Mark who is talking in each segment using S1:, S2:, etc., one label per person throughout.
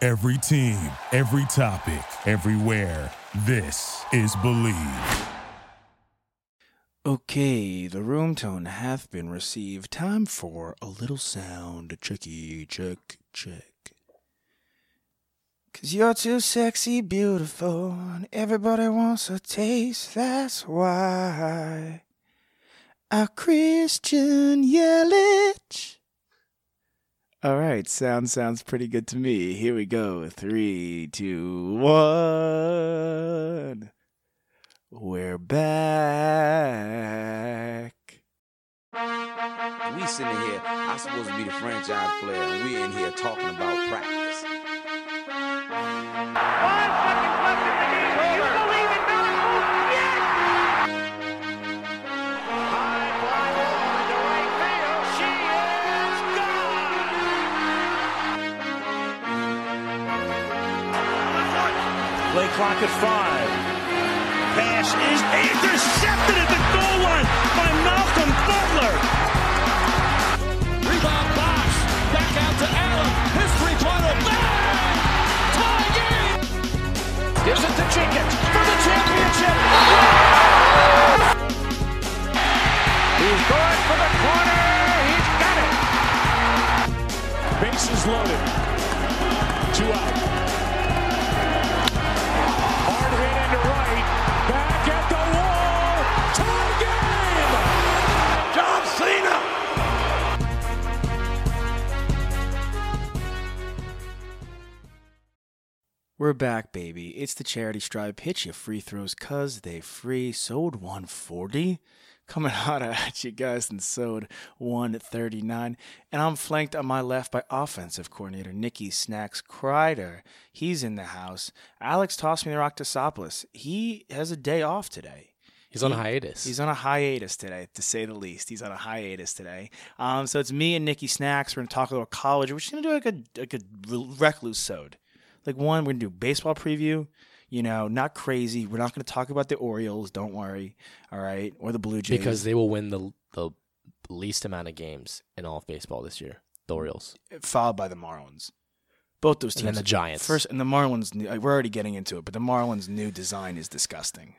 S1: Every team, every topic, everywhere. This is Believe.
S2: Okay, the room tone hath been received. Time for a little sound checky check check. Cause you're too sexy, beautiful, and everybody wants a taste, that's why. Our Christian Yelich. Alright, sound sounds pretty good to me. Here we go. Three, two, one. We're back.
S3: We sitting here, I'm supposed to be the franchise player, and we in here talking about practice.
S4: Five seconds left in the game. Do you believe in miracles? Yes! High fly ball into right field. She is gone!
S5: Play clock at five. Pass is intercepted at the goal line by Malcolm Butler. Rebound box. Back out to Allen. His three pointer. Bang! Tie game. Gives it to Jenkins for the championship. He's going for the corner. He's got it. Bases loaded. Two out. Hard hit into right. Back at the wall. Tie game. John Cena.
S2: We're back, baby. It's the charity stripe. Hit your free throws cuz they free. Sold 140. Coming out at you guys and sold 139. And I'm flanked on my left by offensive coordinator Nikki Snacks Kreider. He's in the house. Alex tossed me the rock to Sopolis. He has a day off today.
S6: He's on hiatus.
S2: He's on a hiatus today, to say the least. He's on a hiatus today. Um, so it's me and Nikki Snacks. We're gonna talk a little college. We're just gonna do like a like a recluse sode. Like one, we're gonna do baseball preview. You know, not crazy. We're not gonna talk about the Orioles. Don't worry. All right, or the Blue Jays.
S6: because they will win the the least amount of games in all of baseball this year. The Orioles.
S2: followed by the Marlins. Both those teams.
S6: And then the Giants.
S2: First, and the Marlins. new- like, We're already getting into it, but the Marlins' new design is disgusting.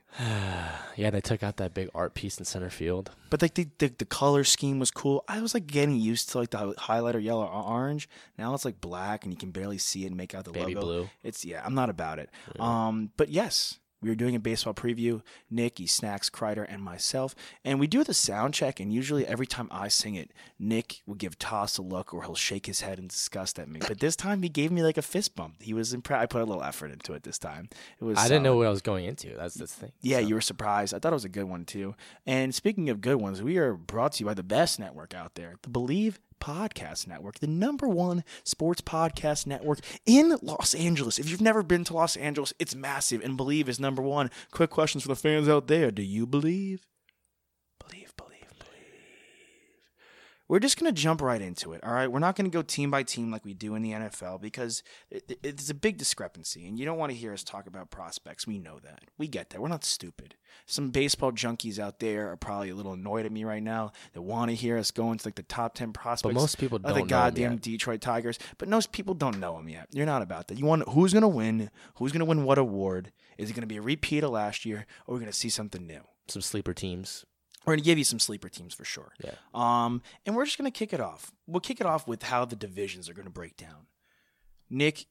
S6: Yeah, they took out that big art piece in center field.
S2: But like the, the the color scheme was cool. I was like getting used to like the hi- highlighter yellow or orange. Now it's like black and you can barely see it and make out the
S6: Baby
S2: logo.
S6: blue.
S2: It's yeah, I'm not about it. Um, but yes, we were doing a baseball preview. Nicky, Snacks, Kreider, and myself, and we do the sound check. And usually, every time I sing it, Nick will give Toss a look or he'll shake his head in disgust at me. But this time, he gave me like a fist bump. He was impressed. I put a little effort into it this time. It was
S6: I
S2: solid.
S6: didn't know what I was going into. That's the thing.
S2: Yeah,
S6: So-
S2: you were surprised. I thought it was a good one too. And speaking of good ones, we are brought to you by the best network out there, the Believe Podcast Network, the number one sports podcast network in Los Angeles. If you've never been to Los Angeles, it's massive, and Believe is number one. Quick questions for the fans out there: Do you believe? Believe, believe, believe. We're just gonna jump right into it. All right, we're not gonna go team by team like we do in the NFL because it, it- it's a big discrepancy, and you don't want to hear us talk about prospects. We know that. We get that. We're not stupid. Some baseball junkies out there are probably a little annoyed at me right now that want to hear us go into like the top ten prospects.
S6: most people
S2: of
S6: don't know
S2: the
S6: 'em
S2: goddamn
S6: yet.
S2: Detroit Tigers, but most people don't know him yet. You're not about that. You want who's gonna win? Who's gonna win what award? Is it gonna be a repeat of last year, or we're gonna see something new?
S6: some sleeper teams.
S2: we're gonna give you some sleeper teams for sure.
S6: Yeah.
S2: Um, and we're just gonna kick it off. We'll kick it off with how the divisions are gonna break down. Nick,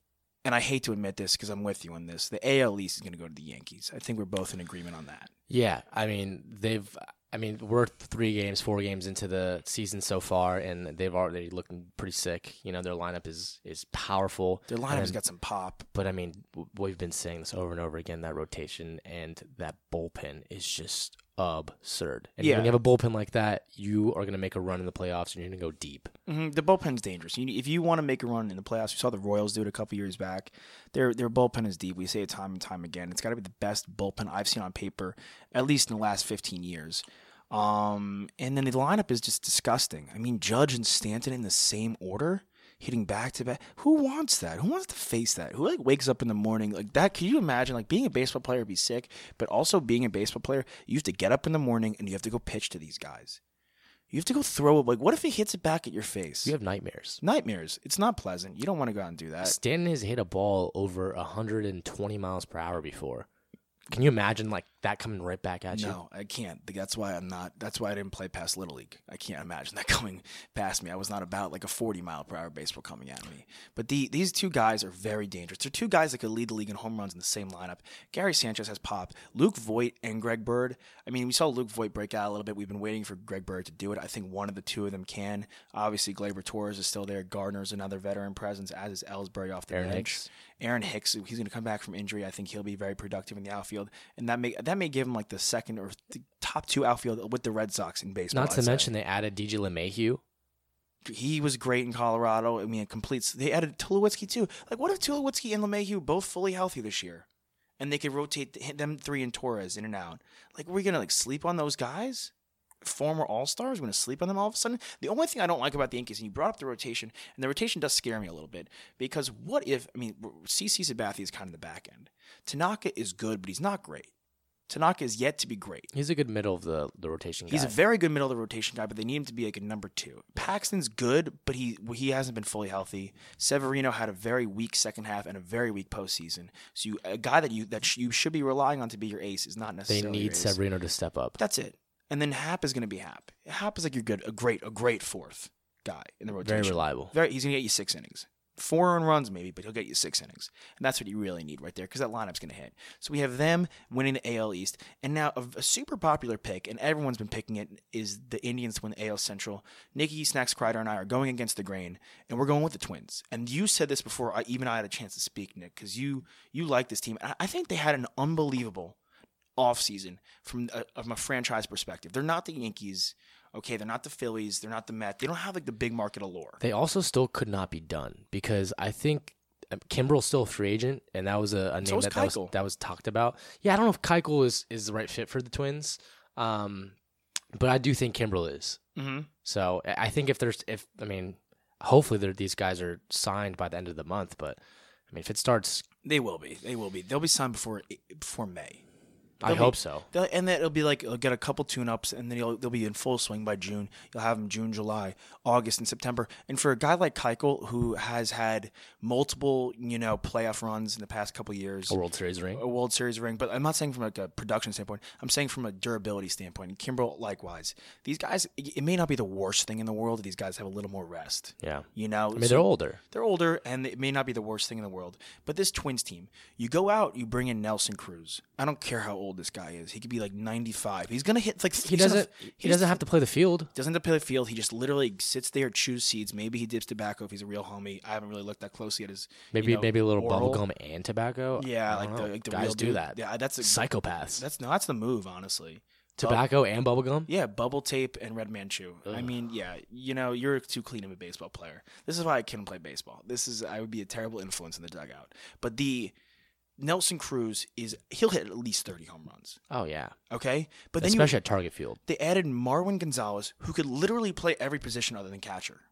S2: and I hate to admit this because I'm with you on this. The AL East is gonna go to the Yankees. I think we're both in agreement on that.
S6: Yeah, I mean they've. I mean we're three games, four games into the season so far, and they've already looking pretty sick. You know their lineup is is powerful.
S2: Their lineup's
S6: And-
S2: got some pop.
S6: But I mean, w- we've been saying this over and over again that rotation and that bullpen is just absurd. And
S2: Yeah.
S6: when you have a bullpen like that, you are going to make a run in the playoffs and you're going to go deep.
S2: hmm The bullpen's dangerous. You, if you want to make a run in the playoffs, we saw the Royals do it a couple years back. Their their bullpen is deep. We say it time and time again. It's got to be the best bullpen I've seen on paper, at least in the last 15 years. Um, and then the lineup is just disgusting. I mean, Judge and Stanton in the same order, hitting back to back. Who wants that? Who wants to face that? Who like wakes up in the morning like that? Can you imagine like being a baseball player would be sick, but also being a baseball player, you have to get up in the morning and you have to go pitch to these guys. You have to go throw it. Like, what if he hits it back at your face?
S6: You have nightmares.
S2: nightmares. It's not pleasant. You don't want to go out and do that.
S6: Stanton has hit a ball over 120 miles per hour before. Can you imagine like that coming right back at you?
S2: No, I can't. That's why I'm not. That's why I didn't play past Little League. I can't imagine that coming past me. I was not about like a 40 mile per hour baseball coming at me. But the these two guys are very dangerous. They're two guys that could lead the league in home runs in the same lineup. Gary Sanchez has popped. Luke Voigt and Greg Bird. I mean, we saw Luke Voigt break out a little bit. We've been waiting for Greg Bird to do it. I think one of the two of them can. Obviously, Glaber Torres is still there. Gardner's another veteran presence, as is Ellsbury off the
S6: Aaron
S2: bench.
S6: Hicks.
S2: Aaron Hicks, he's going to come back from injury. I think he'll be very productive in the outfield, and that may that may give him like the second or th- top two outfield with the Red Sox in baseball.
S6: Not to
S2: I'd say.
S6: mention they added DJ LeMahieu.
S2: he was great in Colorado. I mean, it completes. They added Tulowitzki too. Like, what if Tulowitzki and LeMahieu both fully healthy this year, and they could rotate th- hit them three and Torres in and out? Like, we're gonna like sleep on those guys. Former All Stars, we're gonna sleep on them all of a sudden. The only thing I don't like about the Yankees, and you brought up the rotation, and the rotation does scare me a little bit because what if I mean, CC Sabathia is kind of the back end. Tanaka is good, but he's not great. Tanaka is yet to be great.
S6: He's a good middle of the, the rotation
S2: He's
S6: guy.
S2: a very good middle of the rotation guy, but they need him to be like a number two. Paxton's good, but he he hasn't been fully healthy. Severino had a very weak second half and a very weak postseason. So you, a guy that you that sh- you should be relying on to be your ace is not
S6: they
S2: necessarily. your
S6: need
S2: ace.
S6: Severino to step up.
S2: That's it. And then Hap is going to be Hap. Hap is like your good, a great, a great fourth guy in the rotation.
S6: Very reliable.
S2: Very, he's going to get you six innings. Four earned runs, maybe, but he'll get you six innings. And that's what you really need right there because that lineup's going to hit. So we have them winning the AL East. And now a, a super popular pick, and everyone's been picking it, is the Indians to win the AL Central. Nikki, Snacks, Kreider, and I are going against the grain, and we're going with the Twins. And you said this before I, even I had a chance to speak, Nick, because you, you like this team. And I, I think they had an unbelievable offseason from a, from a franchise perspective. They're not the Yankees. Okay, they're not the Phillies. They're not the Mets. They don't have like the big market allure.
S6: They also still could not be done because I think um, Kimbrel's still a free agent, and that was a, a name
S2: So is
S6: that, that was
S2: Keuchel.
S6: that was talked about. Yeah, I don't know if Keuchel is is the right fit for the Twins, um, but I do think Kimbrel is.
S2: Mm-hmm.
S6: So I I think if there's if I mean, hopefully there- these guys are signed by the end of the month. But I mean, if it starts,
S2: They will be. They will be. They'll be signed before eh, before May.
S6: I
S2: They'll be-
S6: hope so.
S2: They'll, and then it'll be like it'll get a couple tune ups, and then you'll, they'll be in full swing by June. You'll have them June, July, August, and September. And for a guy like Keuchel, who has had multiple you know playoff runs in the past couple years,
S6: A World Series ring.
S2: a World Series ring, but I'm not saying from like a production standpoint. I'm saying from a durability standpoint. And Kimbrel, likewise, these guys. It it may not be the worst thing in the world. that These guys have a little more rest.
S6: Yeah,
S2: You know,
S6: I mean they're older.
S2: they're older and it may not be the worst thing in the world. But this Twins team, you go out, you bring in Nelson Cruz. I don't care how old this guy is. He could be like 95. He's going to hit like
S6: He doesn't. He doesn't have to play the field.
S2: doesn't have to play the field. He just literally sits there, chews seeds. Maybe he dips tobacco if he's a real homie. I haven't really looked that closely at his you
S6: Maybe
S2: know,
S6: maybe a little
S2: oral.
S6: bubblegum and tobacco.
S2: Yeah,
S6: I
S2: like
S6: don't
S2: the,
S6: know.
S2: like the
S6: guys
S2: real
S6: do
S2: dude.
S6: that.
S2: Yeah, that's a,
S6: Psychopaths.
S2: that's no, that's the move, honestly. Bub-
S6: tobacco and bubblegum.
S2: yeah, bubble tape and red man chew. I mean, yeah, you know, you're too clean of a baseball player. This is why I couldn't play baseball. This is I would be a terrible influence in the dugout. But the Nelson Cruz is he'll hit at least 30 home runs.
S6: Oh yeah,
S2: Okay? But then
S6: especially at Target Field.
S2: you, they added Marwin Gonzalez, who could literally play every position other than catcher.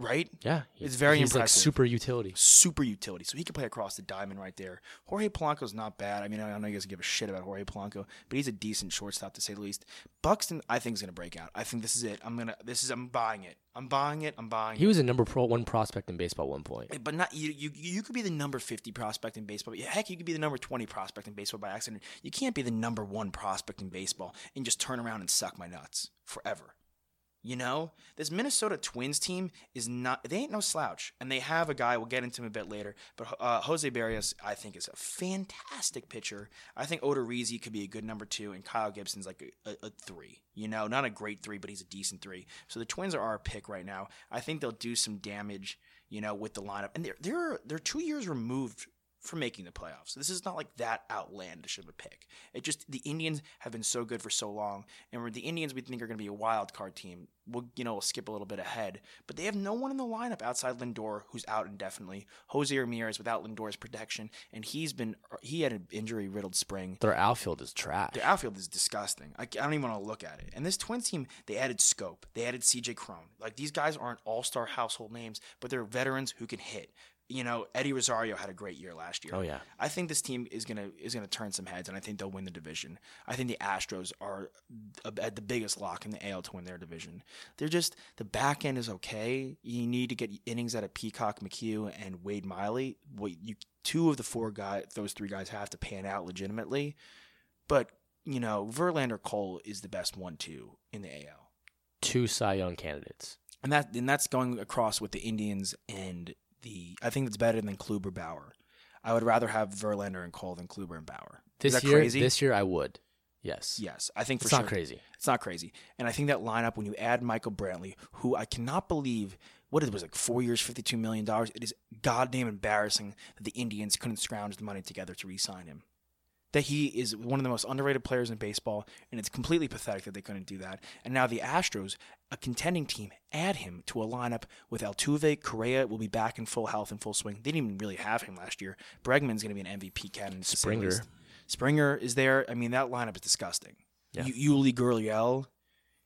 S2: Right?
S6: Yeah,
S2: It's very
S6: he's like
S2: impressive.
S6: super utility.
S2: Super utility. So he could play across the diamond right there. Jorge Polanco's not bad. I mean, I know you guys give a shit about Jorge Polanco, but he's a decent shortstop to say the least. Buxton, I think, is gonna break out. I think this is it. I'm gonna this is I'm buying it. I'm buying it. I'm buying
S6: He
S2: it.
S6: was a number pro one prospect in baseball at one point.
S2: But not you, you. You could be the number fifty prospect in baseball. Heck, you could be the number twenty prospect in baseball by accident. You can't be the number one prospect in baseball and just turn around and suck my nuts forever. You know, this Minnesota Twins team is not, they ain't no slouch. And they have a guy, we'll get into him a bit later, but uh, Jose Barrios, I think, is a fantastic pitcher. I think Odorizzi could be a good number two, and Kyle Gibson's like a, a, a three. You know, not a great three, but he's a decent three. So the Twins are our pick right now. I think they'll do some damage, you know, with the lineup. And they're, they're, they're two years removed from making the playoffs. This is not like that outlandish of a pick. It just the Indians have been so good for so long, and we're- the Indians we think are going to be a wild card team. We'll you know we'll skip a little bit ahead, but they have no one in the lineup outside Lindor, who's out indefinitely. Jose Ramirez without Lindor's protection, and he's been he had an injury riddled spring.
S6: Their outfield is trash.
S2: Their outfield is disgusting. I, I don't even want to look at it. And this Twins team, they added Scope, they added CJ Crone. Like these guys aren't all star household names, but they're veterans who can hit. you know, Eddie Rosario had a great year last year.
S6: Oh, yeah.
S2: I think this team is gonna is gonna turn some heads, and I think they'll win the division. I think the Astros are a- at the biggest lock in the AL to win their division. They're just the back end is okay. You need to get innings out of Peacock, McHugh, and Wade Miley. What you two of the four guys, those three guys have to pan out legitimately. But you know, Verlander Cole is the best one two in the AL,
S6: Two Cy Young candidates.
S2: and that and that's going across with the Indians and the. I think that's better than Kluber Bauer. I would rather have Verlander and Cole than Kluber and Bauer.
S6: This
S2: is that
S6: year,
S2: crazy?
S6: this year I would. Yes.
S2: Yes, I think for
S6: It's
S2: sure.
S6: not crazy.
S2: It's not crazy. And I think that lineup, when you add Michael Brantley, who I cannot believe, what it was like four years, $52 million, it is goddamn embarrassing that the Indians couldn't scrounge the money together to re sign him. That he is one of the most underrated players in baseball, and it's completely pathetic that they couldn't do that. And now the Astros, a contending team, add him to a lineup with Altuve, Correa will be back in full health and full swing. They didn't even really have him last year. Bregman's going to be an MVP candidate. to say the
S6: Springer.
S2: least. Springer is there. I mean, that lineup is disgusting.
S6: Yeah.
S2: U- Yuli Gurriel,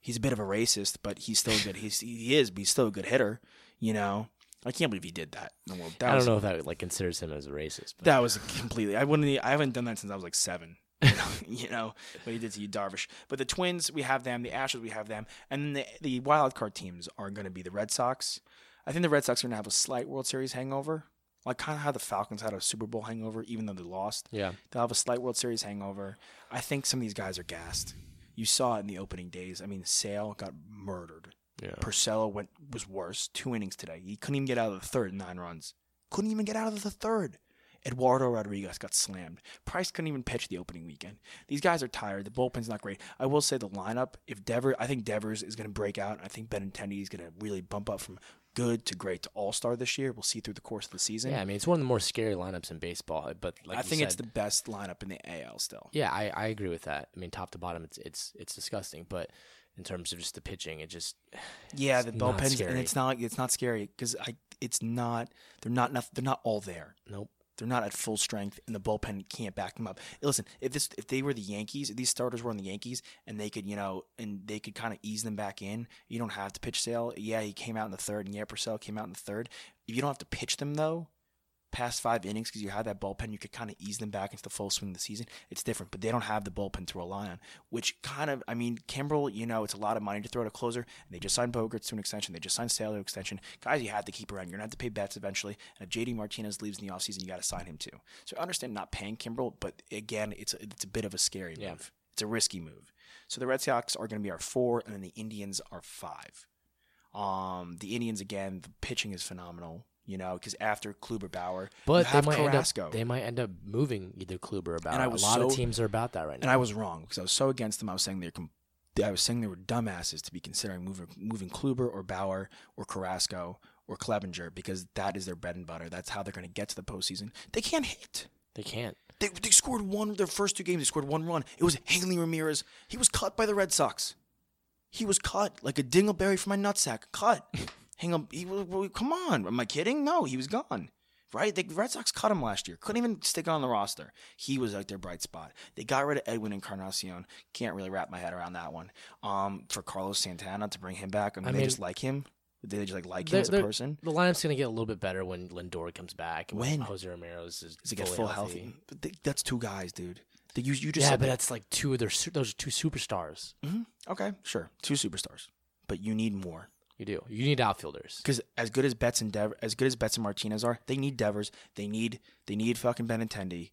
S2: he's a bit of a racist, but he's still good. He's he is, but he's still a good hitter. You know, I can't believe he did that. No, well, that
S6: I
S2: was,
S6: don't know if that like considers him as a racist. But
S2: That was completely. I wouldn't. e, I haven't done that since I was like seven. you know what he did to you, Darvish. But the Twins, we have them. The Astros, we have them. And the the wild card teams are going to be the Red Sox. I think the Red Sox are going to have a slight World Series hangover, like kind of how the Falcons had a Super Bowl hangover, even though they lost.
S6: yeah.
S2: They'll have a slight World Series hangover. I think some of these guys are gassed. You saw it in the opening days. I mean, Sale got murdered.
S6: Yeah.
S2: Purcell went was worse. Two innings today. He couldn't even get out of the third in nine runs. Couldn't even get out of the third. Eduardo Rodriguez got slammed. Price couldn't even pitch the opening weekend. These guys are tired. The bullpen's not great. I will say the lineup, if Dever I think Devers is gonna break out. I think Benintendi is gonna really bump up from good to great to all star this year. We'll see through the course of the season.
S6: Yeah, I mean it's one of the more scary lineups in baseball. But like
S2: I
S6: you
S2: think it's the
S6: said-
S2: best lineup in the AL still.
S6: yeah, I, I agree with that. I mean top to bottom, it's it's it's disgusting. But in terms of just the pitching, it just
S2: Yeah,
S6: It's
S2: the
S6: not
S2: bullpens, and
S6: scary.
S2: it's not it's not scary because I it's not they're not enough, they're not all there.
S6: nope.
S2: They're not at full strength, and the bullpen can't back them up. Listen, if this if they were the Yankees, if these starters were on the Yankees, and they could you know and they could kind of ease them back in. You don't have to pitch Sale. Yeah, he came out in the third, and yeah, Purcell came out in the third. If you don't have to pitch them though, past five innings because you had that bullpen, you could kind of ease them back into the full swing of the season. It's different, but they don't have the bullpen to rely on, which kind of, I mean, Kimbrel, you know, it's a lot of money to throw at a closer. And they just signed Bogarts to an extension. They just signed Sale to an extension. Guys, you have to keep around. You're going to have to pay bets eventually. And if JD Martinez leaves in the offseason, you got to sign him too. So I understand not paying Kimbrel, but again, it's a, it's a bit of a scary move.
S6: Yeah.
S2: It's a risky move. So the Red Sox are going to be our four, and then the Indians are five. Um, the Indians again, the pitching is phenomenal. You know, because after Kluber Bauer, you
S6: But they
S2: have
S6: might
S2: Carrasco,
S6: end up they might end up moving either Kluber about.
S2: And I
S6: a
S2: was
S6: lot of
S2: so-
S6: teams are about that right now.
S2: and I was wrong because I was so against them. I was saying they're, com- I was saying they were dumbasses to be considering moving moving Kluber or Bauer or Carrasco or Clevenger because that is their bread and butter. That's how they're going to get to the postseason. They can't hit.
S6: they can't.
S2: They, they scored one their first two games. They scored one run. It was Hanley Ramirez. He was cut by the Red Sox. He was cut like a dingleberry from my nutsack. Cut. Hang up. He was, well, come on. Am I kidding? No, he was gone. Right? The Red Sox cut him last year. Couldn't even stick on the roster. He was like their bright spot. They got rid of Edwin Encarnacion. Can't really wrap my head around that one. Um, for Carlos Santana to bring him back, I mean,
S6: I
S2: they
S6: mean-
S2: just like him. Did they just like like him
S6: They're-
S2: as a
S6: they're-
S2: person?
S6: The lineup's gonna get a little bit better when Lindor comes back. and
S2: When?
S6: Jose Romero's is
S2: Does he get
S6: fully
S2: full healthy? But they- that's two guys, dude. That You, you just Mm.
S6: Yeah,
S2: said
S6: but
S2: that-
S6: that's like two of their su- those are two superstars.
S2: Okay, sure. Two superstars, but you need more
S6: You do. You need outfielders.
S2: because as good as Betts and Dev- as good as Betts and Martinez are, they need Devers. They need they need fucking Benintendi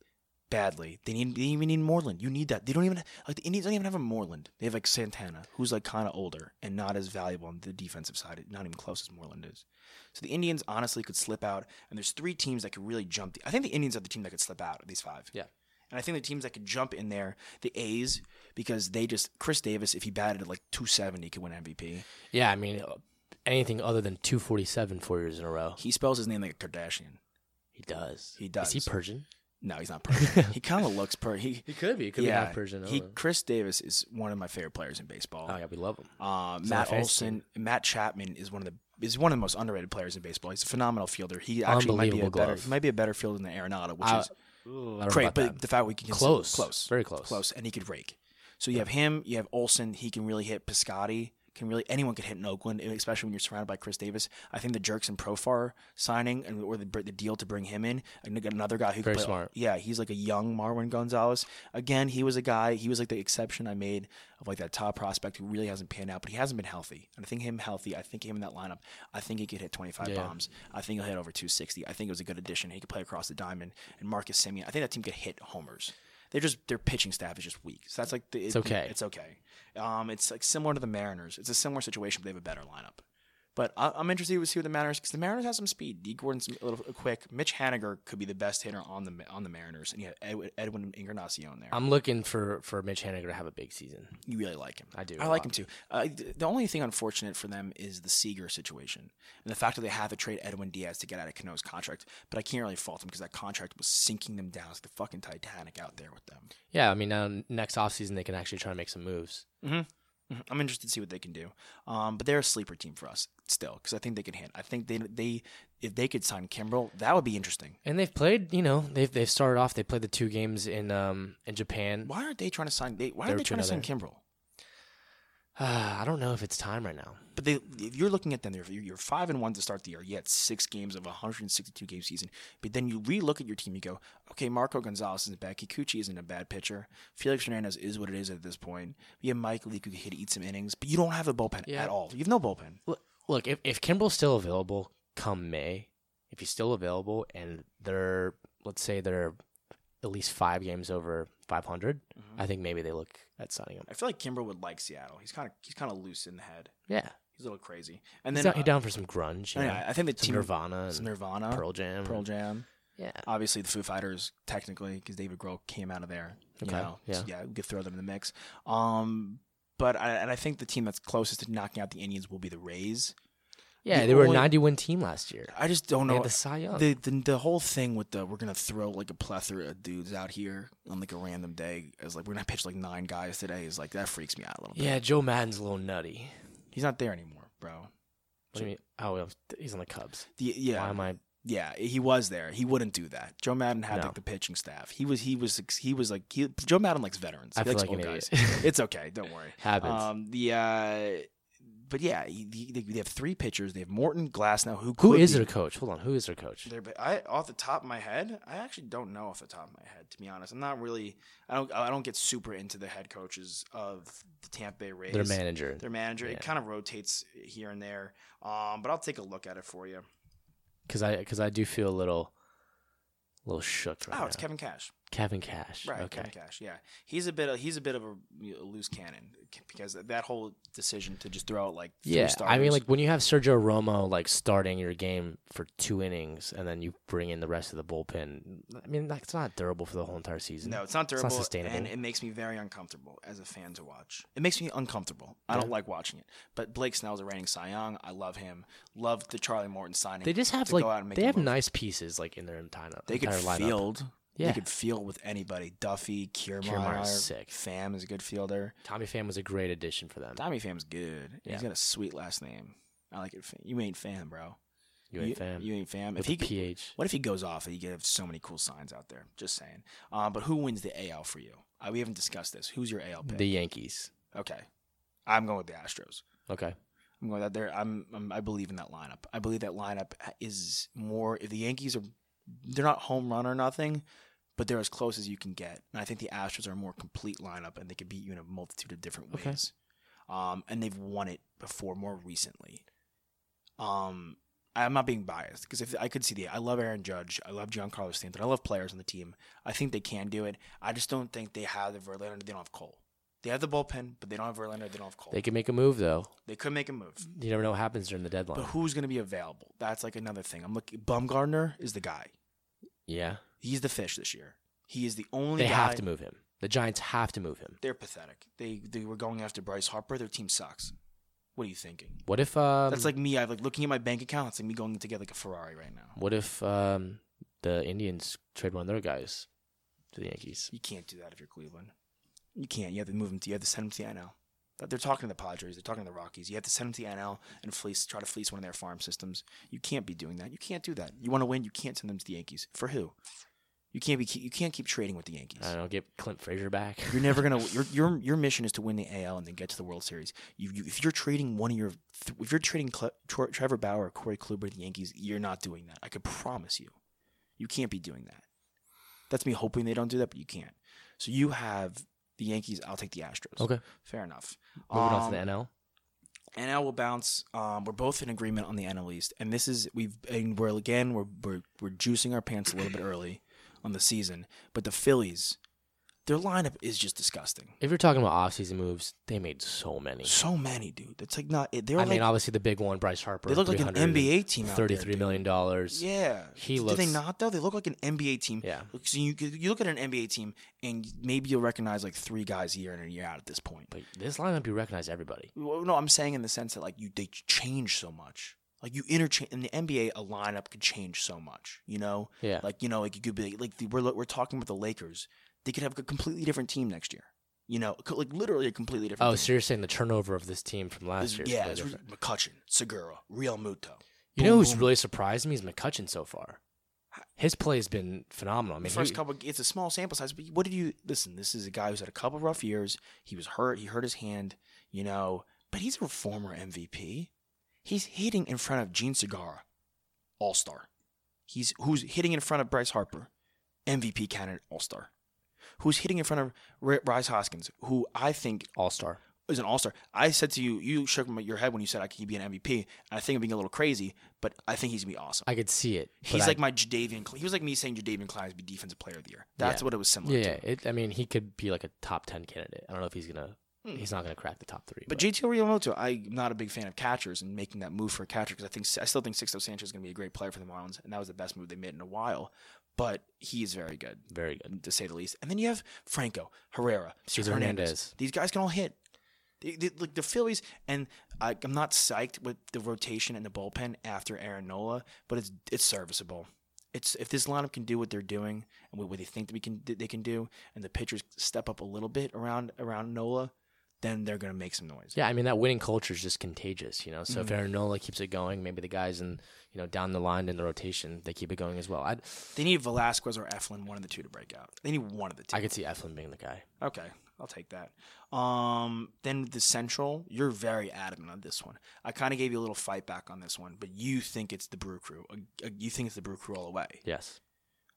S2: badly. They need they even need Moreland. You need that. They don't even like the Indians don't even have a Moreland. They have like Santana, who's like kind of older and not as valuable on the defensive side. Not even close as Moreland is. So the Indians honestly could slip out, and there's three teams that could really jump. The- I think the Indians are the team that could slip out of these five.
S6: Yeah.
S2: And I think the teams that could jump in there, the A's, because they just Chris Davis, if he batted at like 270, could win MVP.
S6: Yeah, I mean uh, anything other than 247 four years in a row.
S2: He spells his name like a Kardashian.
S6: He does.
S2: He
S6: Is
S2: does.
S6: he Persian?
S2: No, he's not Persian. he kind of looks per. He,
S6: He could be. He could
S2: yeah,
S6: be half Persian. uh-huh.
S2: He Chris Davis is one of my favorite players in baseball.
S6: oh yeah, we love him.
S2: Uh,
S6: on our
S2: Matt
S6: fantasy
S2: Olson, Matt Chapman is one of the is one of the most underrated players in baseball. He's a phenomenal fielder. He actually might be a
S6: Unbelievable
S2: better
S6: glove.
S2: he might be a better fielder than Arenado, which
S6: I-
S2: is
S6: Ooh, I don't know
S2: great.
S6: about
S2: But
S6: that.
S2: the fact we can
S6: Close.
S2: close,
S6: Very close.
S2: close, and he could rake. So you have him, you have Olson. He can really hit Piscotty. can really anyone can hit in Oakland, and especially when you're surrounded by Chris Davis. I think the Jerks and Profar signing and or the, the deal to bring him in, and again, another guy who
S6: Very
S2: can play,
S6: smart.
S2: Yeah, he's like a young Marwin Gonzalez. Again, he was a guy. He was like the exception I made of like that top prospect who really hasn't panned out, but he hasn't been healthy. And I think him healthy. I think him in that lineup. I think he could hit 25 bombs. I think he'll hit over 260. I think it was a good addition. He could play across the diamond. And Marcus Simeon. I think that team could hit homers. They're just their pitching staff is just weak. So that's like the, it's
S6: okay.
S2: It's okay. Um, it's like similar to the Mariners. It's a similar situation, but they have a better lineup. But I, I'm interested to see what the Mariners because the Mariners have some speed. D Gordon's a little quick. Mitch Haniger could be the best hitter on the on the Mariners, and you have Ed, Edwin Encarnacion there.
S6: I'm looking for for Mitch Haniger to have a big season.
S2: you really like him.
S6: I do,
S2: I
S6: a
S2: like
S6: lot.
S2: him too. Uh, th- the only thing unfortunate for them is the Seager situation and the fact that they have to trade Edwin Diaz to get out of Cano's contract. But I can't really fault them because that contract was sinking them down. It's the fucking Titanic out there with them.
S6: Yeah, I mean now next offseason they can actually try to make some moves.
S2: Mhm. I'm interested to see what they can do. Um, but they're a sleeper team for us still because I think they can hit. I think they they if they could sign Kimbrel, that would be interesting.
S6: And they've played, you know, they've they've started off. They played the two games in um in Japan.
S2: Why aren't they trying to sign? They, why aren't
S6: They're
S2: they trying to sign
S6: trying to-
S2: Kimbrel?
S6: Ah, I don't know if it's time right now.
S2: But they, if you're looking at them, you're, you're five and one to start the year. You had six games of a 162 game season. But then you re-look at your team. You go, okay, Marco Gonzalez isn't bad. Kikuchi isn't a bad pitcher. Felix Hernandez is what it is at this point. You have Mike Leake who could hit eat some innings, but you don't have a bullpen
S6: Yeah.
S2: at all. You have no bullpen.
S6: Look, look if if Kimbrel's still available come May, if he's still available and they're let's say they're at least five games over 500,
S2: Mm-hmm.
S6: I think maybe they look at signing him.
S2: I feel like Kimbrel would like Seattle. He's kind of he's kind of loose in the head.
S6: Yeah,
S2: He's a little crazy. And
S6: he's
S2: then
S6: down, he's down for some grunge. You
S2: I,
S6: know?
S2: I think the
S6: some
S2: team
S6: Nirvana, and
S2: some Nirvana,
S6: Pearl Jam,
S2: Pearl Jam.
S6: Yeah,
S2: obviously the Foo Fighters technically because David Grohl came out of there. You
S6: Okay,
S2: know? So,
S6: yeah.
S2: yeah, we could throw them in the mix. Um, but I, and I think the team that's closest to knocking out the Indians will be the Rays.
S6: yeah.
S2: The
S6: They were a
S2: only-
S6: 91 team last year.
S2: I just don't
S6: They
S2: know
S6: had the Cy Young.
S2: the, the the whole thing with the we're gonna throw like a plethora of dudes out here on like a random day as like we're gonna pitch like nine guys today is like that freaks me out a little bit.
S6: yeah, Joe Madden's a little nutty.
S2: He's not there anymore, bro.
S6: What do you mean? Oh, well, he's on the Cubs.
S2: The, yeah,
S6: Why am I?
S2: Yeah, he was there. He wouldn't do that. Joe Madden had
S6: No.
S2: like the pitching staff. He was he was he was like he, Joe Madden likes veterans.
S6: I
S2: He
S6: feel
S2: likes
S6: like an
S2: old
S6: idiot.
S2: guys. it's okay, don't worry.
S6: Happens.
S2: Um, the uh, but yeah, he, he- they, they have three pitchers. They have Morton Glass now. Who
S6: Who
S2: could
S6: is
S2: be-
S6: their coach? Hold on. Who is their coach?
S2: They're- but I off the top of my head, I actually don't know off the top of my head. To be honest, I'm not really. I don't. I don't get super into the head coaches of the Tampa Bay Rays.
S6: Their manager.
S2: Their manager. It
S6: Yeah.
S2: kind of rotates here and there. Um, but I'll take a look at it for you.
S6: Because I because I do feel a little, little shook right
S2: Oh,
S6: now.
S2: it's Kevin Cash.
S6: Kevin Cash.
S2: Right,
S6: okay.
S2: Kevin Cash. Yeah, he's a bit of he's a bit of a you know, loose cannon because that whole decision to just throw out like three
S6: Yeah,
S2: starters,
S6: I mean, like when you have Sergio Romo like starting your game for two innings and then you bring in the rest of the bullpen. I mean, that's not durable for the whole entire season.
S2: no, it's not durable,
S6: It's not sustainable.
S2: and it makes me very uncomfortable as a fan to watch. It makes me uncomfortable. I don't like watching it. But Blake Snell's a reigning Cy Young. I love him. Love the Charlie Morton signing.
S6: they just have
S2: to go out and
S6: like
S2: make
S6: they
S2: a
S6: have
S2: move.
S6: nice pieces like in their entire
S2: They could
S6: entire lineup.
S2: field. They
S6: Yeah.
S2: could field with anybody. Duffy, Kiermaier,
S6: Kiermaier's sick.
S2: Fam is a good fielder.
S6: Tommy Pham was a great addition for them.
S2: Tommy Fam's good. He's
S6: Yeah.
S2: got a sweet last name. I like it. Fam. You ain't Fam, bro.
S6: you and Pham.
S2: You ain't Fam. If
S6: with
S2: he
S6: the
S2: could-
S6: PH.
S2: What if he goes off and he could have so many cool signs out there? Just saying. Um, but who wins the AL for you? Uh, we haven't discussed this. Who's your AL pick?
S6: The Yankees.
S2: okay, I'm going with the Astros.
S6: Okay.
S2: I'm going out there. I'm, I'm I believe in that lineup. I believe that lineup is more. If the Yankees are, they're not home run or nothing, but they're as close as you can get. And I think the Astros are a more complete lineup, and they can beat you in a multitude of different
S6: Okay.
S2: ways. Um, and they've won it before more recently. Um, I'm not being biased because if I could see the, I love Aaron Judge, I love Giancarlo Stanton, I love players on the team. I think they can do it. I just don't think they have the Verlander. They don't have Cole. They have the bullpen, but they don't have Verlander. They don't have Cole.
S6: They can make a move though.
S2: they could make a move.
S6: You never know what happens during the deadline.
S2: But who's going to be available? That's like another thing. I'm looking. Bumgarner is the guy.
S6: yeah.
S2: He's the fish this year. He is the only.
S6: They
S2: guy.
S6: have to move him. The Giants have to move him.
S2: They're pathetic. They they were going after Bryce Harper. Their team sucks. What are you thinking?
S6: What if um,
S2: That's like me. I'm like looking at my bank account. It's like me going to get like a Ferrari right now.
S6: what if um, the Indians trade one of their guys to the Yankees?
S2: You can't do that if you're Cleveland. You can't. You have to move him. To, you have to send him to the NL. But They're talking to the Padres. They're talking to the Rockies. You have to send him to the NL and fleece. Try to fleece one of their farm systems. You can't be doing that. You can't do that. You want to win. You can't send them to the Yankees. For who? You can't be you can't keep trading with the Yankees.
S6: I don't know, get Clint Frazier back.
S2: You're never gonna. Your your your mission is to win the AL and then get to the World Series. You, you if you're trading one of your if you're trading Cle, Tre- Trevor Bauer or Corey Kluber to the Yankees, you're not doing that. I could promise you, you can't be doing that. That's me hoping they don't do that, but you can't. So you have the Yankees. I'll take the Astros.
S6: Okay.
S2: fair enough.
S6: Moving on to
S2: Um,
S6: the NL.
S2: NL will bounce. Um, we're both in agreement on the NL East, and this is we've and we're again we're we're, we're juicing our pants a little bit early on the season, but the Phillies, their lineup is just disgusting.
S6: If you're talking about offseason moves, they made so many.
S2: So many, dude. That's like not. They're
S6: I
S2: like
S6: mean, obviously the big one, Bryce Harper.
S2: They look like an NBA team out there,
S6: Thirty-three million dollars.
S2: yeah.
S6: he
S2: Do they
S6: looks-
S2: not though? They look like an NBA team.
S6: Yeah.
S2: So you you look at an NBA team, and maybe you'll recognize like three guys year in and year out at this point.
S6: But this lineup, you recognize everybody.
S2: Well, no, I'm saying in the sense that like you they change so much. Like you interchange in the NBA, a lineup could change so much. You know,
S6: Yeah.
S2: Like you know, like you could be like the, we're we're talking about the Lakers. They could have a completely different team next year. You know, co- like literally a completely different.
S6: Oh,
S2: team.
S6: so you're saying the turnover of this team from last year?
S2: It's- yeah, it's McCutcheon, Segura, Real Muto.
S6: You
S2: Boom,
S6: know who's
S2: boom.
S6: really surprised me is McCutcheon so far. His play has been phenomenal. I mean,
S2: the first
S6: he-
S2: couple, it's a small sample size, but what did you listen? This is a guy who's had a couple rough years. He was hurt. He hurt his hand, you know, but he's a former MVP. He's hitting in front of Gene Segura, All Star. He's who's hitting in front of Bryce Harper, MVP candidate, All Star. Who's hitting in front of R- Bryce Hoskins, who I think
S6: all-star.
S2: is an all star. I said to you, you shook my- your head when you said I could be an MVP. I think I'm being a little crazy, but I think he's gonna be awesome.
S6: I could see it. but
S2: He's
S6: I-
S2: like my Jadavian. Cl- He was like me saying Jadavian Clowney would be defensive player of the year. That's
S6: Yeah.
S2: what it was similar
S6: Yeah,
S2: to.
S6: it, I mean, he could be like a top ten candidate. I don't know if he's gonna. He's not gonna crack the top three.
S2: Hmm. But JT Realmuto, I'm not a big fan of catchers and making that move for a catcher because I think I still think Sixto Sanchez is going to be a great player for the Marlins, and that was the best move they made in a while. But he is very good,
S6: very good.
S2: to say the least. And then you have Franco, Herrera,
S6: Cesar Hernandez.
S2: These guys can all hit. They, they- like the Phillies, and I, I'm not psyched with the rotation and the bullpen after Aaron Nola, but it's it's serviceable. It's if this lineup can do what they're doing and what, what they think that we can that they can do, and the pitchers step up a little bit around around Nola, then they're gonna make some noise.
S6: Yeah, I mean that winning culture is just contagious, you know. So
S2: Hmm.
S6: if Aaron Nola keeps it going, maybe the guys in you know down the line in the rotation they keep it going as well. I
S2: They need Velasquez or Eflin, one of the two to break out. They need one of the two.
S6: I could see Eflin being the guy.
S2: Okay, I'll take that. Um, then the central, you're very adamant on this one. I kind of gave you a little fight back on this one, but you think it's the Brew Crew. Uh, uh, You think it's the Brew Crew all the way.
S6: Yes,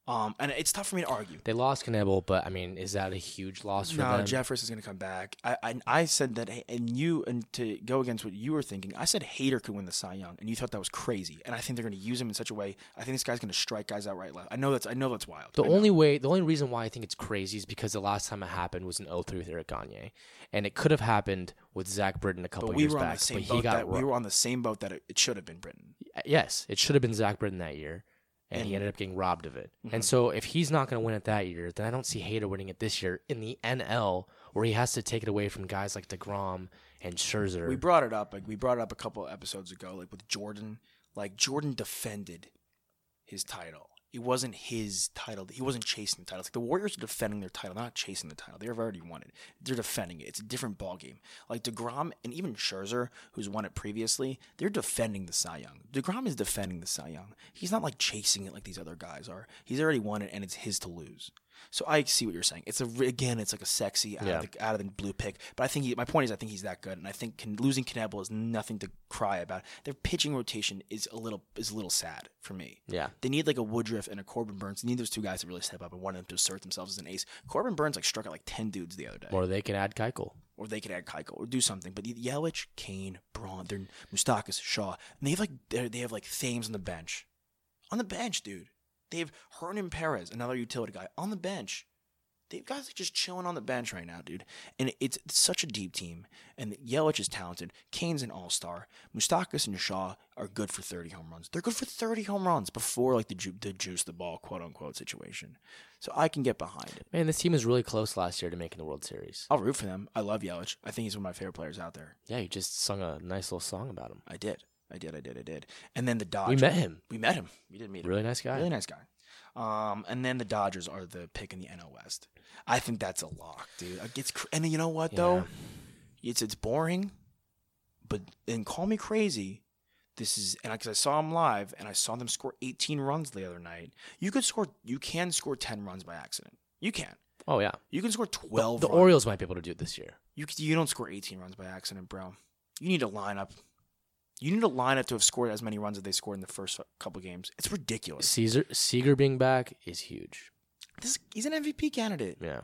S2: Um, and it's tough for me to argue.
S6: they lost Knebel, but I mean, is that a huge loss for
S2: No,
S6: them?
S2: Jeffress is going to come back. I, I I said that, and you and to go against what you were thinking, I said Hater could win the Cy Young, and you thought that was crazy. And I think they're going to use him in such a way. I think this guy's going to strike guys out right left. I know that's I know that's wild.
S6: The
S2: I know.
S6: only way, the only reason why I think it's crazy is because the last time it happened was in 03 with Eric Gagne, and it could have happened with Zach Britton a couple
S2: but we
S6: years
S2: were on
S6: back,
S2: the same
S6: but
S2: boat
S6: he got
S2: that we
S6: ru-
S2: were on the same boat that it, it should have been Britain.
S6: yes, it should have been Zach Britton that year, and,
S2: And-
S6: he ended up getting robbed of it.
S2: Mm-hmm.
S6: And so if he's not going to win it that year, then I don't see Hayter winning it this year in the NL, where he has to take it away from guys like Degrom and Scherzer.
S2: We brought it up. Like we brought it up a couple episodes ago. Like with Jordan, like Jordan defended his title. It wasn't his title. He wasn't chasing the title. It's like the Warriors are defending their title, not chasing the title. They've already won it. They're defending it. It's a different ballgame. Like DeGrom and even Scherzer, who's won it previously, they're defending the Cy Young. DeGrom is defending the Cy Young. He's not like chasing it like these other guys are. He's already won it, and it's his to lose. So I see what you're saying. It's a again, it's like a sexy out,
S6: Yeah.
S2: of, the, out of the blue pick. But I think he, my point is, I think he's that good, and I think can, losing Knebel is nothing to cry about. Their pitching rotation is a little is a little sad for me.
S6: yeah,
S2: They need like a Woodruff and a Corbin Burns. They need those two guys to really step up and want them to assert themselves as an ace. Corbin Burns like struck out like ten dudes the other day, or,
S6: or they can add Keuchel.
S2: they could add Keiko or do something. But Yelich, Kane, Braun, they're Mustakas, Shaw, and they have like they're- they have like Thames on the bench, on the bench, dude. They have Hernan Perez, another utility guy, on the bench. They have guys like just chilling on the bench right now, dude. And it's such a deep team. And Yelich is talented. Kane's an all star. Mustakas and Shaw are good for 30 home runs. They're good for 30 home runs before like the, ju- the juice the ball, quote unquote, situation. So I can get behind it.
S6: Man, this team was really close last year to making the World Series.
S2: I'll root for them. I love Yelich. I think he's one of my favorite players out there.
S6: Yeah, you just sung a nice little song about him.
S2: I did. I did. I did. I did. And then the Dodgers.
S6: We met him.
S2: We met him. We did meet him.
S6: Really nice guy.
S2: Really nice guy. Um, and then the Dodgers are the pick in the NL West. I think that's a lock, dude. Like, It's cr- and you know what though, it's it's boring, but and call me crazy. This is and because I saw him live and I saw them score 18 runs the other night. You could score. You can score 10 runs by accident. You can.
S6: Oh yeah,
S2: You can score 12.
S6: the
S2: runs.
S6: Orioles might be able to do it this year.
S2: You c- you don't score 18 runs by accident, bro. You need a lineup. You need a lineup to have scored as many runs as they scored in the first couple games. It's ridiculous.
S6: Caesar Seager being back is huge.
S2: This he's an MVP candidate.
S6: Yeah,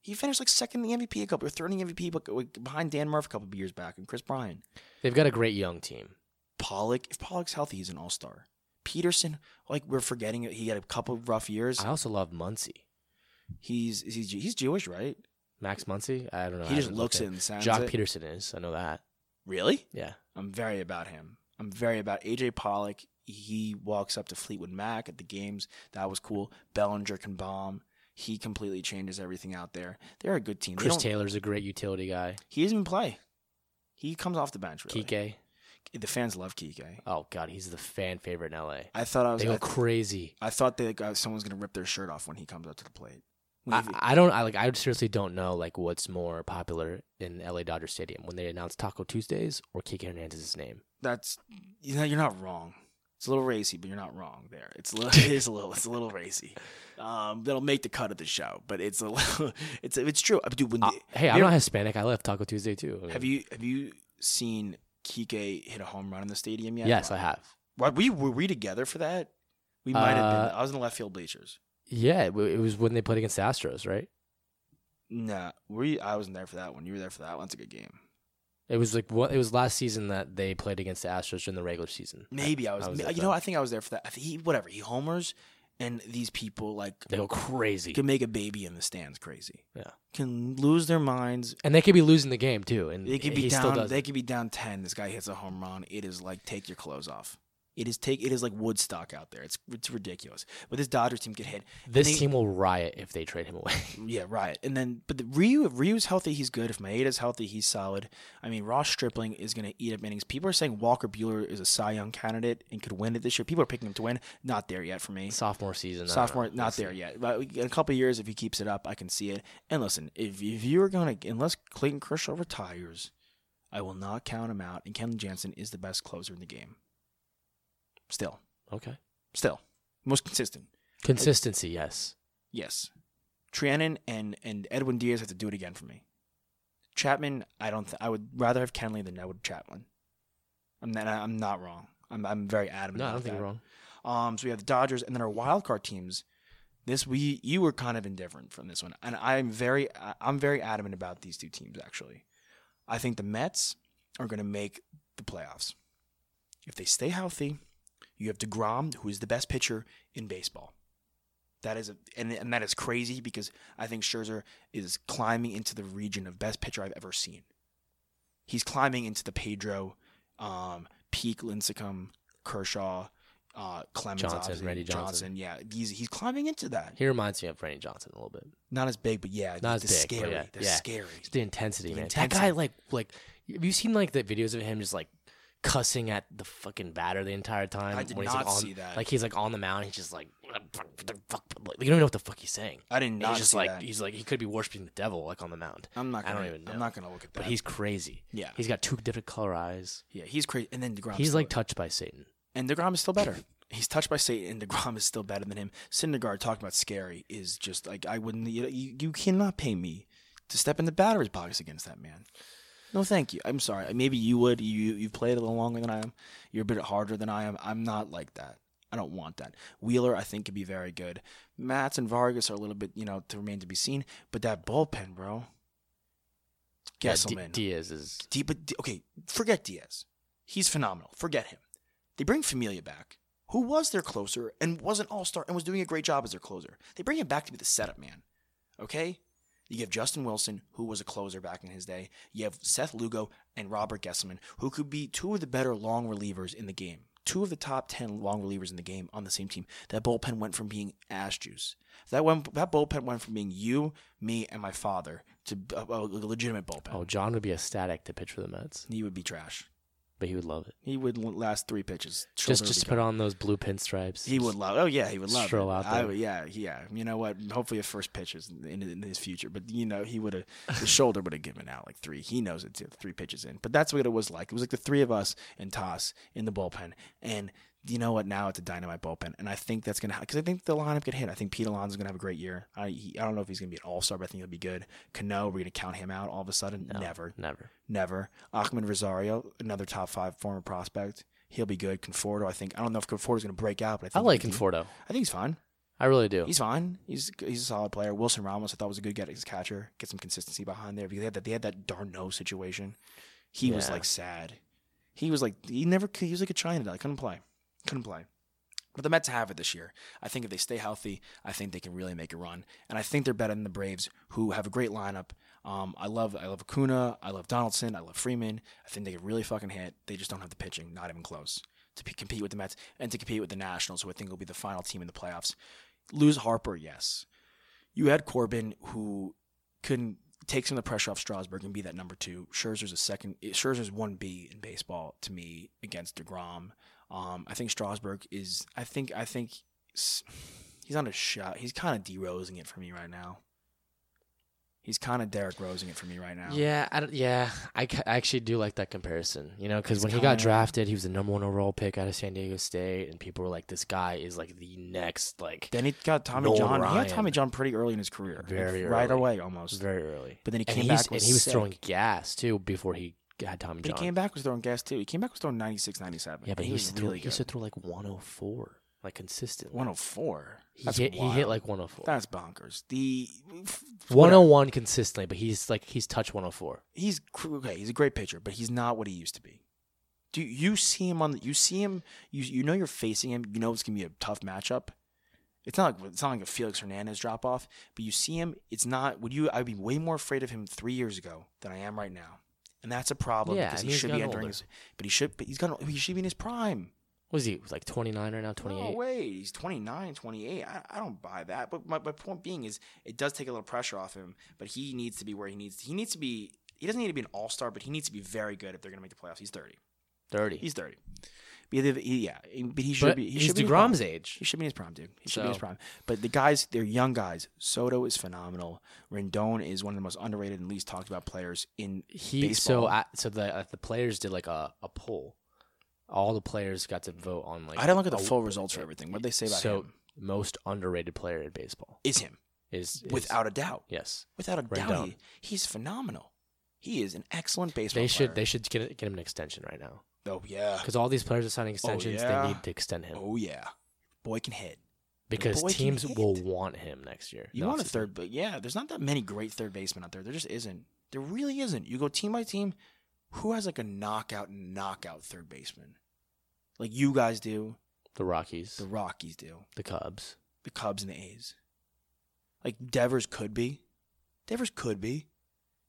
S2: He finished like second in the MVP a couple or third in the MVP but- like, behind Dan Murphy a couple of years back and Chris Bryan.
S6: they've got a great young team.
S2: Pollock, if Pollock's healthy, he's an all star. Peterson, like we're forgetting, it, he had a couple of rough years.
S6: I also love Muncie,
S2: He's he's he's Jewish, right?
S6: Max Muncie. I don't know.
S2: He
S6: I
S2: just
S6: haven't
S2: looks
S6: looked
S2: it and sounds
S6: Jock
S2: it.
S6: Peterson is. I know that.
S2: Really?
S6: Yeah,
S2: I'm very about him. I'm very about AJ Pollock. He walks up to Fleetwood Mac at the games. That was cool. Bellinger can bomb. He completely changes everything out there. They're a good team. They
S6: Chris
S2: don't-
S6: Taylor's a great utility guy.
S2: He doesn't even play. He comes off the bench. Really.
S6: Kike.
S2: The fans love Kike.
S6: Oh god, he's the fan favorite in L.A.
S2: I thought I was.
S6: They go
S2: I,
S6: crazy.
S2: I thought that uh, someone's gonna rip their shirt off when he comes up to the plate. When
S6: I,
S2: he-
S6: I don't. I like. I seriously don't know like what's more popular in L.A. Dodger Stadium when they announce Taco Tuesdays or Kike Hernandez's name.
S2: that's you know you're not wrong. It's a little racy, but you're not wrong there. It's a little, it is a little, it's a little racy. Um, that'll make the cut of the show, but it's a, little, it's it's true. Uh, Dude, when
S6: Uh,
S2: the-
S6: hey, I'm
S2: you
S6: not Hispanic. I love Taco Tuesday too. I mean,
S2: Have you have you seen Kike hit a home run in the stadium yet?
S6: yes, I have.
S2: Why, we were we together for that? We might have
S6: Uh,
S2: been. I was in the left field bleachers.
S6: Yeah, it wa- it was when they played against the Astros, right?
S2: Nah, were you, I wasn't there for that one. You were there for that one. That's a good game.
S6: It was like what it was last season that they played against the Astros during the regular season.
S2: Maybe I was.
S6: I was
S2: ma-
S6: there
S2: you
S6: for
S2: know,
S6: that.
S2: I think I was there for that. I think he whatever he homers, and these people like
S6: They go crazy,
S2: can make a baby in the stands crazy.
S6: Yeah.
S2: can lose their minds.
S6: and they could be losing the game too. And
S2: They could be
S6: he still
S2: down.
S6: does.
S2: They
S6: it.
S2: could be down ten. This guy hits a home run. It is like take your clothes off. It is take. It is like Woodstock out there. It's it's ridiculous. But this Dodgers team could hit. And
S6: this
S2: they-
S6: team will riot if they trade him away.
S2: Yeah, right. And then, but the Ryu, if Ryu's healthy, he's good. If Maeda's healthy, he's solid. I mean, Ross Stripling is going to eat up innings. People are saying Walker Bueller is a Cy Young candidate and could win it this year. People are picking him to win. Not there yet for me.
S6: sophomore season, I don't
S2: Sophomore,
S6: know.
S2: not
S6: Let's
S2: there
S6: see.
S2: yet. But in a couple of years, if he keeps it up, I can see it. And listen, if if you are going to, unless Clayton Kershaw retires, I will not count him out. And Kenley Jansen is the best closer in the game. Still,
S6: Okay,
S2: still, most consistent.
S6: consistency, yes.
S2: Yes. Trianon and and Edwin Diaz have to do it again for me. Chapman, I don't. Th- I would rather have Kenley than I would Chapman. I'm not. I'm not wrong. I'm. I'm very adamant.
S6: No, I don't
S2: about
S6: think you're
S2: that.
S6: wrong.
S2: Um. So we have the Dodgers, and then our wild card teams. This we you were kind of indifferent from this one, and I'm very I- I'm very adamant about these two teams. Actually, I think the Mets are going to make the playoffs if they stay healthy. You have Degrom, who is the best pitcher in baseball. That is a, and, and that is crazy because I think Scherzer is climbing into the region of best pitcher I've ever seen. He's climbing into the Pedro, um, Peak, Lincecum, Kershaw, uh, Clemens,
S6: Johnson,
S2: obviously,
S6: Randy Johnson.
S2: Yeah, he's he's climbing into that.
S6: He reminds me of Brandon Johnson a little bit.
S2: Not as big, but yeah,
S6: Not as
S2: the
S6: big, but
S2: scary,
S6: yeah,
S2: the
S6: yeah.
S2: scary.
S6: It's the intensity,
S2: The
S6: man. That guy,
S2: intensity.
S6: like, like, have you seen like the videos of him just like cussing at the fucking batter the entire time?
S2: I did
S6: he's, like,
S2: not
S6: on-
S2: see that.
S6: Like he's like on the mound, he's just like, like, you don't even know what the fuck he's saying.
S2: I did
S6: And
S2: not
S6: he's just
S2: see
S6: like
S2: that.
S6: he's like he could be worshiping the devil like on the mound.
S2: I'm not.
S6: I
S2: Gonna,
S6: don't even know.
S2: I'm not gonna look at that.
S6: But he's crazy.
S2: Yeah.
S6: he's got two different color eyes.
S2: yeah, he's crazy. And then Degrom.
S6: he's
S2: still-
S6: like touched by Satan.
S2: And Degrom is still better. He's touched by Satan, and Degrom is still better than him. Syndergaard talking about scary is just like I wouldn't. You, you, you cannot pay me to step in the batter's box against that man. No, thank you. I'm sorry. Maybe you would. You you've played a little longer than I am. You're a bit harder than I am. I'm not like that. I don't want that. Wheeler, I think, could be very good. Mats and Vargas are a little bit, you know, to remain to be seen. But that bullpen, bro.
S6: Yeah,
S2: Gesselman.
S6: D- Diaz is
S2: D- but D- okay, forget Diaz. He's phenomenal. Forget him. They bring Familia back, who was their closer and was an all star and was doing a great job as their closer. They bring him back to be the setup man. Okay? You have Justin Wilson, who was a closer back in his day. You have Seth Lugo and Robert Gesselman, who could be two of the better long relievers in the game. Two of the top 10 long relievers in the game on the same team. That bullpen went from being ash juice. That, went, that bullpen went from being you, me, and my father to a, a legitimate bullpen.
S6: oh John would be ecstatic to pitch for the Mets.
S2: He would be trash.
S6: but he would love it.
S2: He would l- last three pitches.
S6: Just
S2: Shoulder
S6: just to
S2: would
S6: put on those blue pinstripes.
S2: He would love. Oh yeah, he would love.
S6: Stroll
S2: it.
S6: out
S2: I
S6: there.
S2: would- yeah, yeah. You know what? Hopefully, his first pitch is in, in his future. But you know, he would have his shoulder would have given out like three. He knows it. too, Three pitches in. But that's what it was like. It was like the three of us and Toss in the bullpen. And you know what? Now it's a dynamite bullpen. And I think that's gonna because I think the lineup could hit. I think Pete Alonso's gonna have a great year. I he, I don't know if he's gonna be an all star, but I think he'll be good. Cano, we're gonna count him out all of a sudden. Never.
S6: Never.
S2: Never. Achman Rosario, another top five former prospect. He'll be good. Conforto, I think. I don't know if Conforto's going to break out, but I
S6: I
S2: think.
S6: like
S2: he-
S6: Conforto.
S2: I think he's fine.
S6: I really do.
S2: He's fine. He's he's a solid player. Wilson Ramos, I thought was a good get as a catcher. Get some consistency behind there because they had that they had that Darno situation. He was
S6: Yeah.
S2: like sad. He was like he never could- he was like a China. I couldn't play. Couldn't play. But the Mets have it this year. I think if they stay healthy, I think they can really make a run. And I think they're better than the Braves, who have a great lineup. Um, I love I love Acuna, I love Donaldson, I love Freeman. I think they can really fucking hit. They just don't have the pitching, not even close, to p- compete with the Mets and to compete with the Nationals, who I think will be the final team in the playoffs. Lose Harper, yes. You had Corbin, who couldn't take some of the pressure off Strasburg and be that number two. Scherzer's a second. Scherzer's one B in baseball to me against Degrom. Um, I think Strasburg is. I think. I think s- he's on a shot. He's kind of derosing it for me right now. He's kind of Derek Rosing it for me right now.
S6: Yeah, I don't- yeah, I, ca- I actually do like that comparison. You know, because
S2: He's
S6: when he got
S2: kinda-
S6: drafted, he was the number one overall pick out of San Diego State, and people were like, "This guy is like the next, like
S2: Then he got Tommy
S6: Nolan
S2: John. He had
S6: Ryan.
S2: Tommy John pretty early in his career.
S6: Very
S2: right
S6: early.
S2: away almost.
S6: very early."
S2: But then he
S6: and
S2: came
S6: he's-
S2: back was
S6: and he was
S2: sick.
S6: throwing gas too before he had Tommy
S2: But he
S6: John.
S2: came back was throwing gas too. He came back was throwing 96, 97.
S6: yeah, but
S2: he,
S6: he,
S2: was
S6: used to throw,
S2: really
S6: he used to
S2: good.
S6: throw like 104, like consistently.
S2: 104.
S6: He
S2: That's
S6: hit, he hit
S2: wild.
S6: like 104,
S2: That's bonkers. The
S6: 101 consistently, but he's like he's touched 104.
S2: he's cr- okay. He's a great pitcher, but he's not what he used to be. Do you see him on? The, you see him. You you know you're facing him. You know it's gonna be a tough matchup. It's not like it's not like a Felix Hernandez drop off, but you see him. It's not. Would you? I'd be way more afraid of him three years ago than I am right now, and that's a problem
S6: Yeah,
S2: because
S6: I
S2: he
S6: mean, he's
S2: should be
S6: gotten
S2: entering.
S6: older.
S2: His, but he should. But he's got. He should be in his prime.
S6: What is he like 29 right now?
S2: No
S6: 28.
S2: way. He's 29, 28. I, I don't buy that. But my, my point being is it does take a little pressure off him, but he needs to be where he needs he needs to be he doesn't need to be an all-star, but he needs to be very good if they're going to make the playoffs. He's 30.
S6: 30.
S2: He's 30. But he- he- yeah, but he should
S6: but
S2: be he
S6: he's
S2: should be in his
S6: Degrom's
S2: prime.
S6: age.
S2: He should be in his prime, dude. He should be in his
S6: So-
S2: prime. But the guys, they're young guys. Soto is phenomenal. Rendon is one of the most underrated and least talked about players in
S6: he
S2: baseball.
S6: so I, so the uh, the players did like a, a poll. All the players got to vote on like
S2: I didn't look at the
S6: a-
S2: full results for everything. What they say about
S6: so
S2: him
S6: most underrated player in baseball
S2: is him,
S6: is, is
S2: without a doubt.
S6: yes.
S2: Without a doubt,
S6: Rendon.
S2: he, he's phenomenal. He is an excellent baseball
S6: They should they
S2: player.
S6: should get get him an extension right now
S2: oh yeah.
S6: because all these players are signing extensions.
S2: Oh, yeah.
S6: They need to extend him
S2: Oh yeah. Boy can hit.
S6: because
S2: boy can
S6: teams
S2: hit.
S6: will want him next year.
S2: You
S6: No,
S2: want a
S6: it's-
S2: third, but yeah, there's not that many great third basemen out there. There just isn't. There really isn't. You go team by team, who has like a knockout knockout third baseman? Like you guys do,
S6: the Rockies,
S2: the
S6: the,
S2: Rockies do,
S6: Cubs.
S2: the Cubs and the A's. Like Devers could be. Devers could be.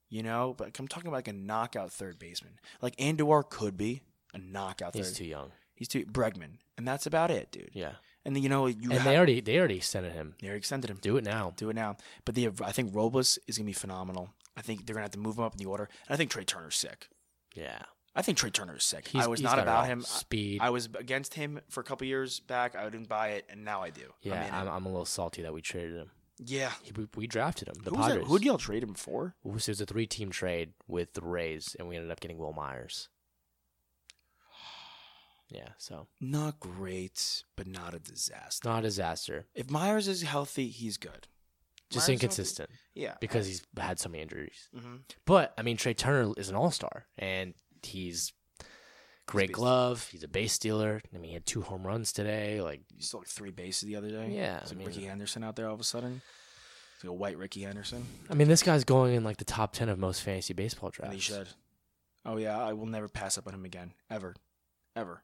S2: You know, but I'm talking about like a knockout third baseman. Like Anduar could be a knockout
S6: He's
S2: third.
S6: too young.
S2: He's too Bregman, and that's about it, dude.
S6: Yeah,
S2: And then you know you
S6: and
S2: ha-
S6: they already they already extended him.
S2: they already extended him.
S6: Do it now.
S2: Do it now. But the I think Robles is gonna be phenomenal. I think they're gonna have to move him up in the order. And I think Trey Turner's sick.
S6: Yeah,
S2: I think Trey Turner is sick.
S6: He's-
S2: I was
S6: he's
S2: not
S6: got it
S2: about
S6: all.
S2: him. I-
S6: Speed.
S2: I, was against him for a couple years back. I didn't buy it, and now I do. I'm
S6: yeah.
S2: in
S6: I'm,
S2: it.
S6: I'm a little salty that we traded him.
S2: yeah.
S6: He, we, we drafted him. The
S2: Who was that-
S6: Padres.
S2: who'd y'all trade him for?
S6: It was it was a three team trade with the Rays, and we ended up getting Will Myers. Yeah, so
S2: Not great, but not a disaster.
S6: not a disaster,
S2: If Myers is healthy, he's good. Myers
S6: just
S2: healthy?
S6: inconsistent
S2: Yeah.
S6: because he's had so many injuries.
S2: hmm
S6: But I mean, Trey Turner is an all star, and he's great
S2: base-
S6: glove. He's a base stealer. I mean, he had two home runs today. Like,
S2: You stole like three bases the other day.
S6: Yeah,
S2: It's
S6: I
S2: like
S6: mean-
S2: Ricky Henderson out there all of a sudden. It's like a white Ricky Henderson.
S6: I mean, this guy's going in like the top ten of most fantasy baseball
S2: And
S6: drafts.
S2: he should. Oh yeah, I will never pass up on him again, ever, ever.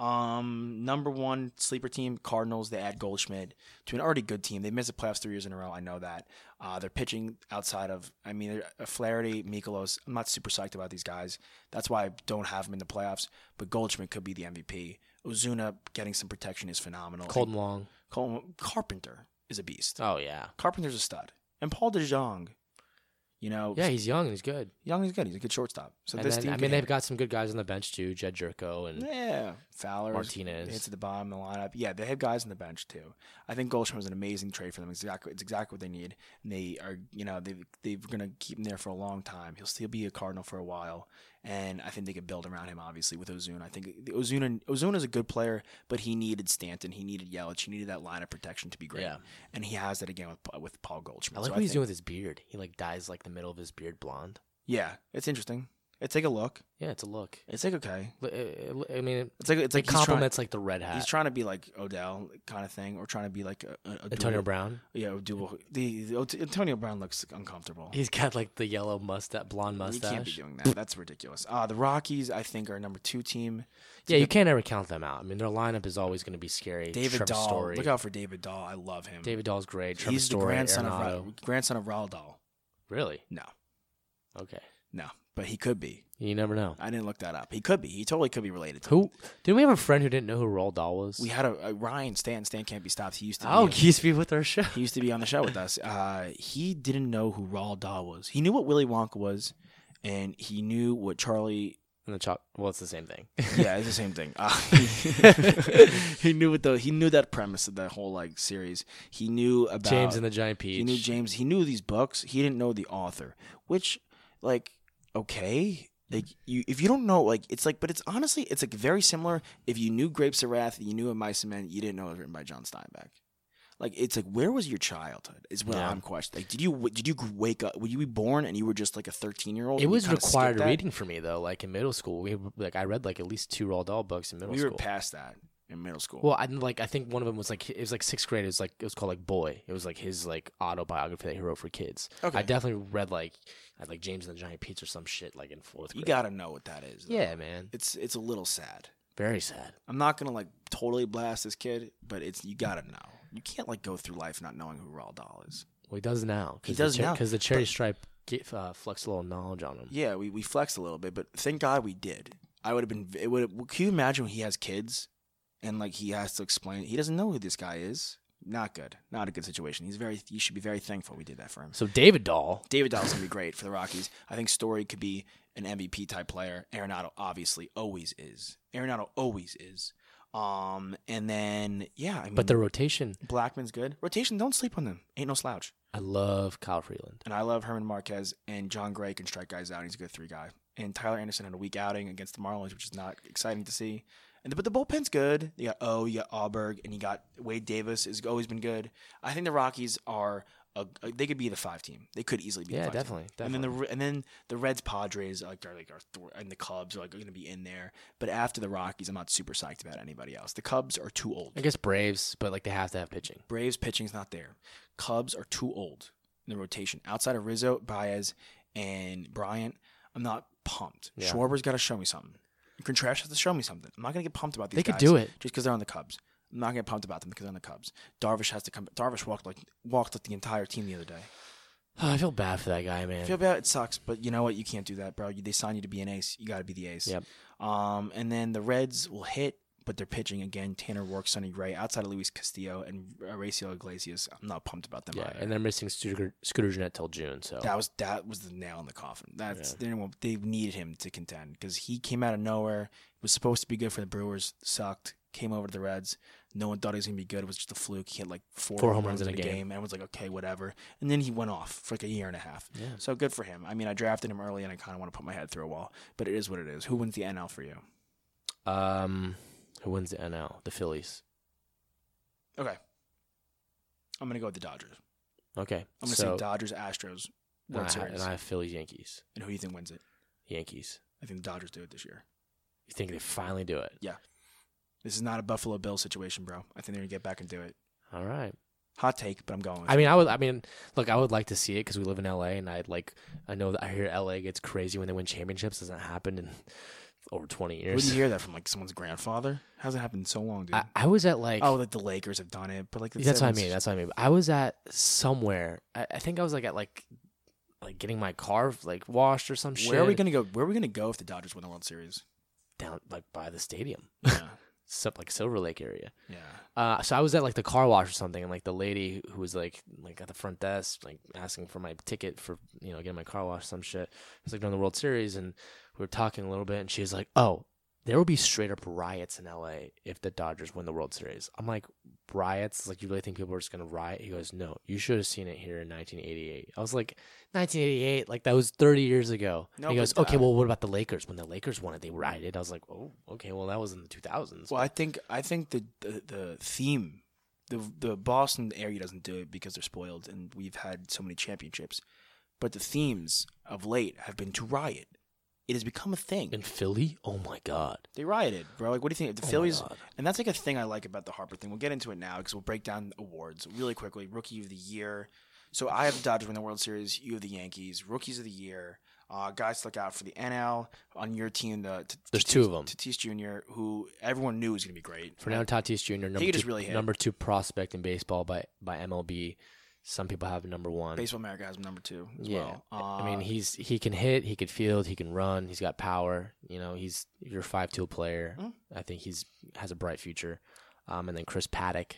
S2: Um, number one sleeper team, Cardinals. They add Goldschmidt to an already good team. They missed the playoffs three years in a row. I know that. Uh, they're pitching outside of. I mean, they're- uh, Flaherty, Mikolos. I'm not super psyched about these guys. That's why I don't have them in the playoffs. But Goldschmidt could be the MVP. Ozuna getting some protection is phenomenal.
S6: Colton Long.
S2: Colton Carpenter is a beast.
S6: Oh yeah,
S2: Carpenter's a stud, and Paul DeJong You know,
S6: Yeah, he's young and he's good.
S2: young is good. He's a good shortstop. So
S6: and
S2: this
S6: then,
S2: team,
S6: I
S2: can
S6: mean, they've
S2: handle
S6: got some good guys on the bench too. Jed Jerko and
S2: it. yeah, Fowler, is-
S6: Martinez.
S2: hits at the bottom of the lineup. Yeah, they have guys on the bench too. I think Goldstrom was an amazing trade for them. Exactly, it's exactly what they need. And they are, you know, they they're gonna keep him there for a long time. He'll still be a Cardinal for a while, and I think they could build around him. Obviously with Ozuna, I think Ozuna Ozuna is a good player, but he needed Stanton, he needed Yelich, he needed that lineup protection to be great.
S6: Yeah.
S2: and he has that again with with Paul Goldschmidt.
S6: I like
S2: So
S6: what he's
S2: think-
S6: doing with his beard. He like dyes like the middle of his beard blonde.
S2: Yeah, it's interesting. It's like a look.
S6: Yeah, it's a look.
S2: It's like okay.
S6: L- uh, uh, I mean, it,
S2: It's like it's like
S6: it
S2: he's trying-
S6: complements like the red hat.
S2: He's trying to be like Odell kind of thing, or trying to be like a, a, a
S6: Antonio
S2: dual-
S6: Brown.
S2: Yeah, a dual. The, the Ot- Antonio Brown looks uncomfortable.
S6: He's got like the yellow mustache, blonde
S2: you
S6: mustache.
S2: can't be doing that. That's ridiculous. Uh, the Rockies, I think, are a number two team.
S6: yeah, you can't ever count them out. I mean, their lineup is always going to be scary.
S2: David
S6: Trevor
S2: Dahl.
S6: Story.
S2: Look out for David Dahl. I love him.
S6: David Dahl's great. Trevor
S2: He's the
S6: Story.
S2: grandson of
S6: Arenado.
S2: Ra- grandson of Raul Dahl.
S6: Really?
S2: No,
S6: Okay.
S2: no, but he could be.
S6: You never know.
S2: I didn't look that up. He could be. He totally could be related to.
S6: Who? Didn't we have a friend who didn't know who Roald Dahl was?
S2: We had a, a Ryan Stan. Stan can't be stopped. He used to.
S6: oh,
S2: be,
S6: he used to be with our show.
S2: He used to be on the show with us. Uh, he didn't know who Raul Dahl was. He knew what Willy Wonka was, and he knew what Charlie.
S6: And the chop. Well, it's the same thing.
S2: Yeah, it's the same thing. Uh, he, he knew what the he knew that premise of that whole like series. He knew about
S6: James and the Giant Peach.
S2: he knew James. He knew these books. He didn't know the author, which like okay. Like you, if you don't know, like it's like, but it's honestly, it's like very similar. If you knew Grapes of Wrath, you knew of Mice and Men, you didn't know it was written by John Steinbeck. Like it's like, where was your childhood? Is what
S6: Yeah.
S2: I'm questioning. Like, did you did you wake up? Were you born and you were just like a 13 year old?
S6: It was required reading for me though. Like in middle school, we like I read like at least two Roald Dahl books in middle
S2: We were
S6: school.
S2: past that in middle school.
S6: well, I like I think one of them was like it was like sixth grade. It was like it was called like Boy. It was like his like autobiography that he wrote for kids.
S2: Okay.
S6: I definitely read like I had, like James and the Giant Peach or some shit like in fourth
S2: you
S6: grade.
S2: gotta know what that is. though.
S6: yeah, man.
S2: it's it's a little sad.
S6: Very sad.
S2: I'm not gonna like totally blast this kid, but it's you gotta know. You can't like go through life not knowing who Raul Dahl is.
S6: Well, he does now.
S2: He does now,
S6: because the cherry
S2: but-
S6: stripe get, uh, flexed a little knowledge on him.
S2: Yeah, we we flexed a little bit, but thank God we did. I would have been. It would. Can you imagine when he has kids, and like he has to explain? He doesn't know who this guy is. Not good. Not a good situation. He's very. You should be very thankful we did that for him.
S6: So David Dahl.
S2: David Dahl's gonna be great for the Rockies. I think Story could be an MVP type player. Arenado obviously always is. Arenado always is. Um, and then yeah, I mean,
S6: But the rotation,
S2: Blackman's good. Rotation, don't sleep on them. Ain't no slouch.
S6: I love Kyle Freeland.
S2: And I love Herman Marquez and John Gray can strike guys out. He's a good three guy. And Tyler Anderson had a weak outing against the Marlins, which is not exciting to see. And but the bullpen's good. You got O, you got Auberg, and you got Wade Davis has always been good. I think the Rockies are a, a- they could be the five team. They could easily be
S6: Yeah,
S2: the five team.
S6: definitely,
S2: And then the and then the Reds, Padres like are like are th- and the Cubs are like going to be in there. But after the Rockies, I'm not super psyched about anybody else. The Cubs are too old.
S6: I guess Braves, but like they have to have pitching.
S2: Braves pitching's not there. Cubs are too old in the rotation. Outside of Rizzo, Baez, and Bryant, I'm not pumped.
S6: Yeah.
S2: Schwarber's got to show me something. Contreras has to show me something. I'm not gonna get pumped about these.
S6: They could
S2: guys
S6: do it.
S2: just because they're on the Cubs. I'm not gonna get pumped about them because they're on the Cubs. Darvish has to come. Darvish walked like walked like the entire team the other day.
S6: I feel bad for that guy, man.
S2: I feel bad. It sucks, but you know what? You can't do that, bro. You, they sign you to be an ace. You got to be the ace.
S6: Yep.
S2: Um, and then the Reds will hit, but they're pitching again. Tanner Rourke, Sonny Gray, outside of Luis Castillo and uh, Raisel Iglesias. I'm not pumped about them.
S6: yeah,
S2: either.
S6: and oh. they're missing Scooter, Scooter Jeanette till June. So
S2: that was that was the nail in the coffin. That's they didn't- they needed him to contend because he came out of nowhere. Was supposed to be good for the Brewers. Sucked. Came over to the Reds. No one thought he was gonna be good. It was just a fluke. He had like four,
S6: Four home runs in a game.
S2: and Everyone's like, okay, whatever. And then he went off for like a year and a half.
S6: Yeah.
S2: So good for him. I mean, I drafted him early, and I kind of want to put my head through a wall. But it is what it is. Who wins the NL for you?
S6: Um, who wins the NL? The Phillies.
S2: Okay. I'm gonna go with the Dodgers.
S6: Okay,
S2: I'm gonna
S6: so
S2: say Dodgers Astros
S6: and I,
S2: World
S6: ha-
S2: Series.
S6: and I have Phillies Yankees.
S2: and who do you think wins it?
S6: Yankees.
S2: I think the Dodgers do it this year.
S6: You think they finally do it?
S2: This is not a Buffalo Bill situation, bro. I think they're gonna get back and do it.
S6: All right.
S2: Hot take, but I'm going. With
S6: I mean, I would. I mean, look, I would like to see it because we live in LA, and I like. I know that I hear LA gets crazy when they win championships. Doesn't happen in over twenty
S2: it. Where do
S6: years.
S2: you hear that from? Like someone's grandfather? How's it happened in so long, dude?
S6: I, I was at like.
S2: oh, like the Lakers have done it, but like the
S6: that's what I
S2: Celtics-
S6: mean. That's what I mean. I was at somewhere. I, I think I was like at like, like getting my car like washed or some shit.
S2: where are we gonna go? Where are we gonna go if the Dodgers win the World Series?
S6: down like by the stadium?
S2: Yeah.
S6: sub, like Silver Lake area.
S2: Yeah.
S6: Uh, so I was at like the car wash or something, and like the lady who was like like at the front desk, like asking for my ticket for you know getting my car washed, some shit. It was like during the World Series, and we were talking a little bit, and she was like, "Oh, there will be straight up riots in L.A. if the Dodgers win the World Series." I'm like, "Riots? Like you really think people are just gonna riot?" He goes, "No, you should have seen it here in 1988." I was like, "1988? Like that was 30 years ago."
S2: No,
S6: And he
S2: but,
S6: goes, "Okay,
S2: uh,
S6: well, what about the Lakers? When the Lakers won it, they rioted." I was like, "Oh, okay, well, that was in the 2000s."
S2: Well, I think I think the the, the theme, the the Boston area doesn't do it because they're spoiled, and we've had so many championships. But the themes of late have been to riot. It has become a thing.
S6: in Philly? Oh my god.
S2: They rioted, bro. Like, what do you think? The Phillies,
S6: Oh God.
S2: and that's like a thing I like about the Harper thing. We'll get into it now because we'll break down awards really quickly. Rookie of the year. So I have the Dodgers win the World Series. You have the Yankees. Rookies of the year. Uh, guys to look out for the NL on your team. The T-
S6: There's
S2: Tatis-
S6: two of 'em.
S2: Tatis Jr., who everyone knew was going to be great.
S6: Fernando Tatis Jr. number
S2: He
S6: two,
S2: just really hit.
S6: number two prospect in baseball by by MLB. Some people have him number one.
S2: Baseball America has him number two as
S6: yeah,
S2: well. Uh,
S6: I mean he's he can hit, he can field, he can run, he's got power. You know, he's your five tool player.
S2: Hmm.
S6: I think he's has a bright future. Um, and then Chris Paddock,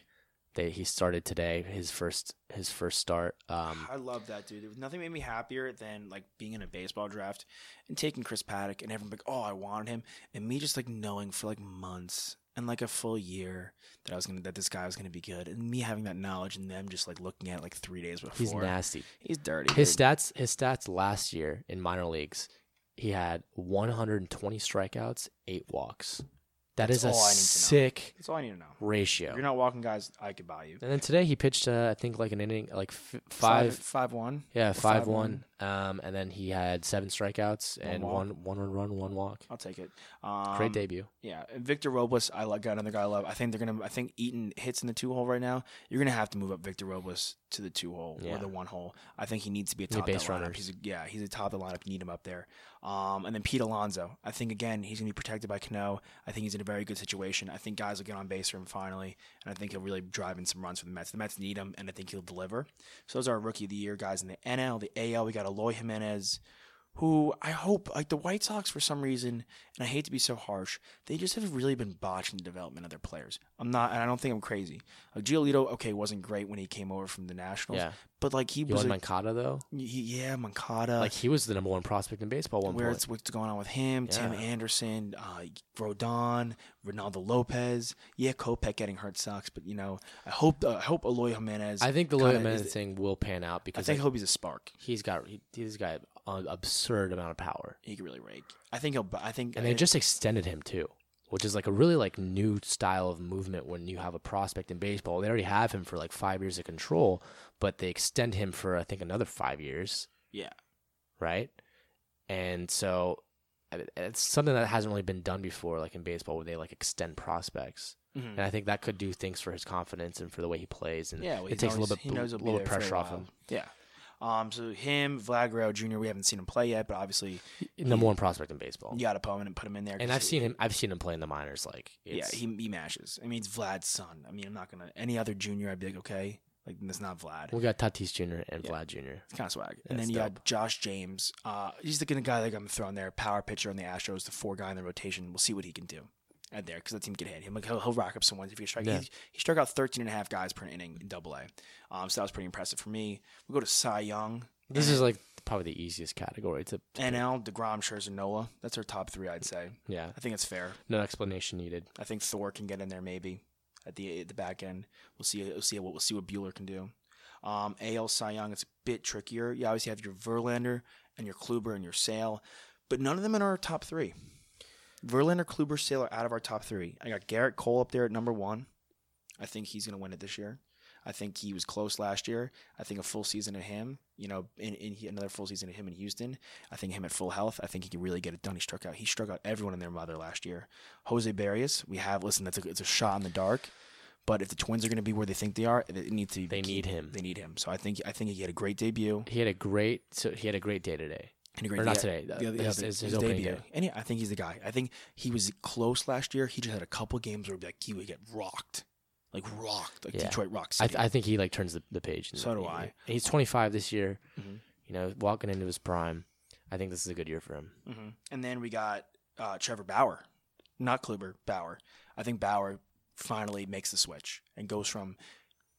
S6: they he started today his first his first start. Um,
S2: I love that dude. There was nothing made me happier than like being in a baseball draft and taking Chris Paddock and everyone like, oh, I wanted him, and me just like knowing for like months and like a full year that I was gonna that this guy was gonna be good, and me having that knowledge and them just like looking at it like three days before.
S6: he's nasty.
S2: He's dirty.
S6: His
S2: dude.
S6: stats his stats last year in minor leagues, he had 120 strikeouts, eight walks. That
S2: That's
S6: is a
S2: all I need to know.
S6: sick
S2: That's all I need to know.
S6: ratio.
S2: If you're not walking, guys. I could buy you.
S6: And then today he pitched, uh, I think, like an inning, like f- five,
S2: five one.
S6: yeah,
S2: Or
S6: five
S2: one.
S6: one. Um, and then he had seven strikeouts and
S2: walk.
S6: one one run run, one walk.
S2: I'll take it. Um,
S6: Great debut.
S2: Yeah, and Victor Robles, I like got another guy I love. I think they're gonna. I think Eaton hits in the two hole right now. You're gonna have to move up Victor Robles to the two hole
S6: Yeah.
S2: or the one hole. I think he needs to be a
S6: Need
S2: top of
S6: base
S2: that lineup.
S6: runners.
S2: He's a, yeah, he's a top of the lineup. You need him up there. Um, and then Pete Alonso. I think again he's gonna be protected by Cano. I think he's in a very good situation. I think guys will get on base for him finally, and I think he'll really drive in some runs for the Mets. The Mets need him, and I think he'll deliver. So those are our rookie of the year guys in the NL, the AL. We got Aloy Jimenez who I hope, like the White Sox for some reason, and I hate to be so harsh, they just have really been botching the development of their players. I'm not, and I don't think I'm crazy. Like Giolito, okay, wasn't great when he came over from the Nationals,
S6: Yeah.
S2: but like he
S6: You
S2: was,
S6: want
S2: a,
S6: Mancada though?
S2: he- yeah, Mancada,
S6: like he was the number one prospect in baseball at one
S2: where
S6: point.
S2: it's what's going on with him, Tim
S6: Yeah.
S2: Anderson, uh, Rodon, Ronaldo Lopez, yeah, Kopech getting hurt sucks, but you know, I hope, uh, I hope Aloy Jimenez,
S6: I think the
S2: kinda
S6: Lloyd
S2: is
S6: Jimenez
S2: the-
S6: thing will pan out
S2: I
S6: because
S2: think I
S6: like,
S2: hope he's a spark.
S6: he's got he, he's got an absurd amount of power,
S2: He could really rake. I think he'll. bu- I think
S6: and they just extended him too. Which is like a really like new style of movement when you have a prospect in baseball. They already have him for like five years of control, but they extend him for I think another five years.
S2: yeah.
S6: right? And so I- it's something that hasn't really been done before, like in baseball, where they like extend prospects. And I think that could do things for his confidence and for the way he plays. And
S2: Mm. mm-hmm. Yeah, well,
S6: it
S2: he's
S6: takes a
S2: always-
S6: little bit,
S2: he knows he'll be
S6: little
S2: there
S6: bit
S2: for a
S6: pressure off
S2: while.
S6: him.
S2: Yeah. Um, so him, Vlad Guerrero Jr. We haven't seen him play yet, but obviously
S6: Number one prospect in baseball.
S2: you got to put him and put him in there.
S6: and
S2: 'cause
S6: I've
S2: he-
S6: seen him. I've seen him play in the minors. Like, it's,
S2: yeah, he, he mashes. I mean, it's Vlad's son. I mean, I'm not gonna any other junior. I'd be like, okay, like that's not Vlad.
S6: we got Tatis Jr. and Vlad Jr.
S2: It's kind of swag. And
S6: Yeah,
S2: then
S6: it's
S2: you got
S6: dope.
S2: Josh James. Uh, he's the kind of guy that I'm throwing there, power pitcher on the Astros, the four guy in the rotation. We'll see what he can do at there because that team can hit him. Like he'll, he'll rock up someone if he strike.
S6: Yeah.
S2: He, he struck out 13 and a half guys per inning in Double A. Um, so that was pretty impressive for me. We will go to Cy Young.
S6: This is like probably the easiest category to.
S2: NL, DeGrom, Scherzer, Nola. That's our top three, I'd say.
S6: Yeah,
S2: I think it's fair.
S6: no explanation needed.
S2: I think Thor can get in there maybe at the at the back end. We'll see. We'll see what we'll see what Bueller can do. Um, AL Cy Young, it's a bit trickier. You obviously have your Verlander and your Kluber and your Sale, but none of them in our top three. Verlander, Kluber, Sale are out of our top three. I got Garrett Cole up there at number one. I think he's going to win it this year. I think he was close last year. I think a full season of him, you know, in, in he- another full season of him in Houston. I think him at full health. I think he can really get it done. He struck out. He struck out everyone and their mother last year. Jose Barrios, we have. Listen, that's a, it's a shot in the dark. But if the Twins are going to be where they think they are, it it needs to.
S6: They need him.
S2: They need him. So I think I think he had a great debut
S6: He had a great. So he had a great day today.
S2: and a great
S6: Or not
S2: yeah,
S6: today,
S2: The,
S6: uh,
S2: other-
S6: his-
S2: yeah,
S6: his- his
S2: his
S6: opening
S2: debut.
S6: day.
S2: And yeah, I think he's the guy. I think he was close last year. He just had a couple games where like he would get rocked, like rocked, like
S6: Yeah.
S2: Detroit rocks.
S6: I, th- I think he like turns the, the page.
S2: So do
S6: He-
S2: I.
S6: He's 25 this year.
S2: Mhm.
S6: You know, walking into his prime. I think this is a good year for him.
S2: hmm And then we got uh, Trevor Bauer not Kluber, Bauer. I think Bauer finally makes the switch and goes from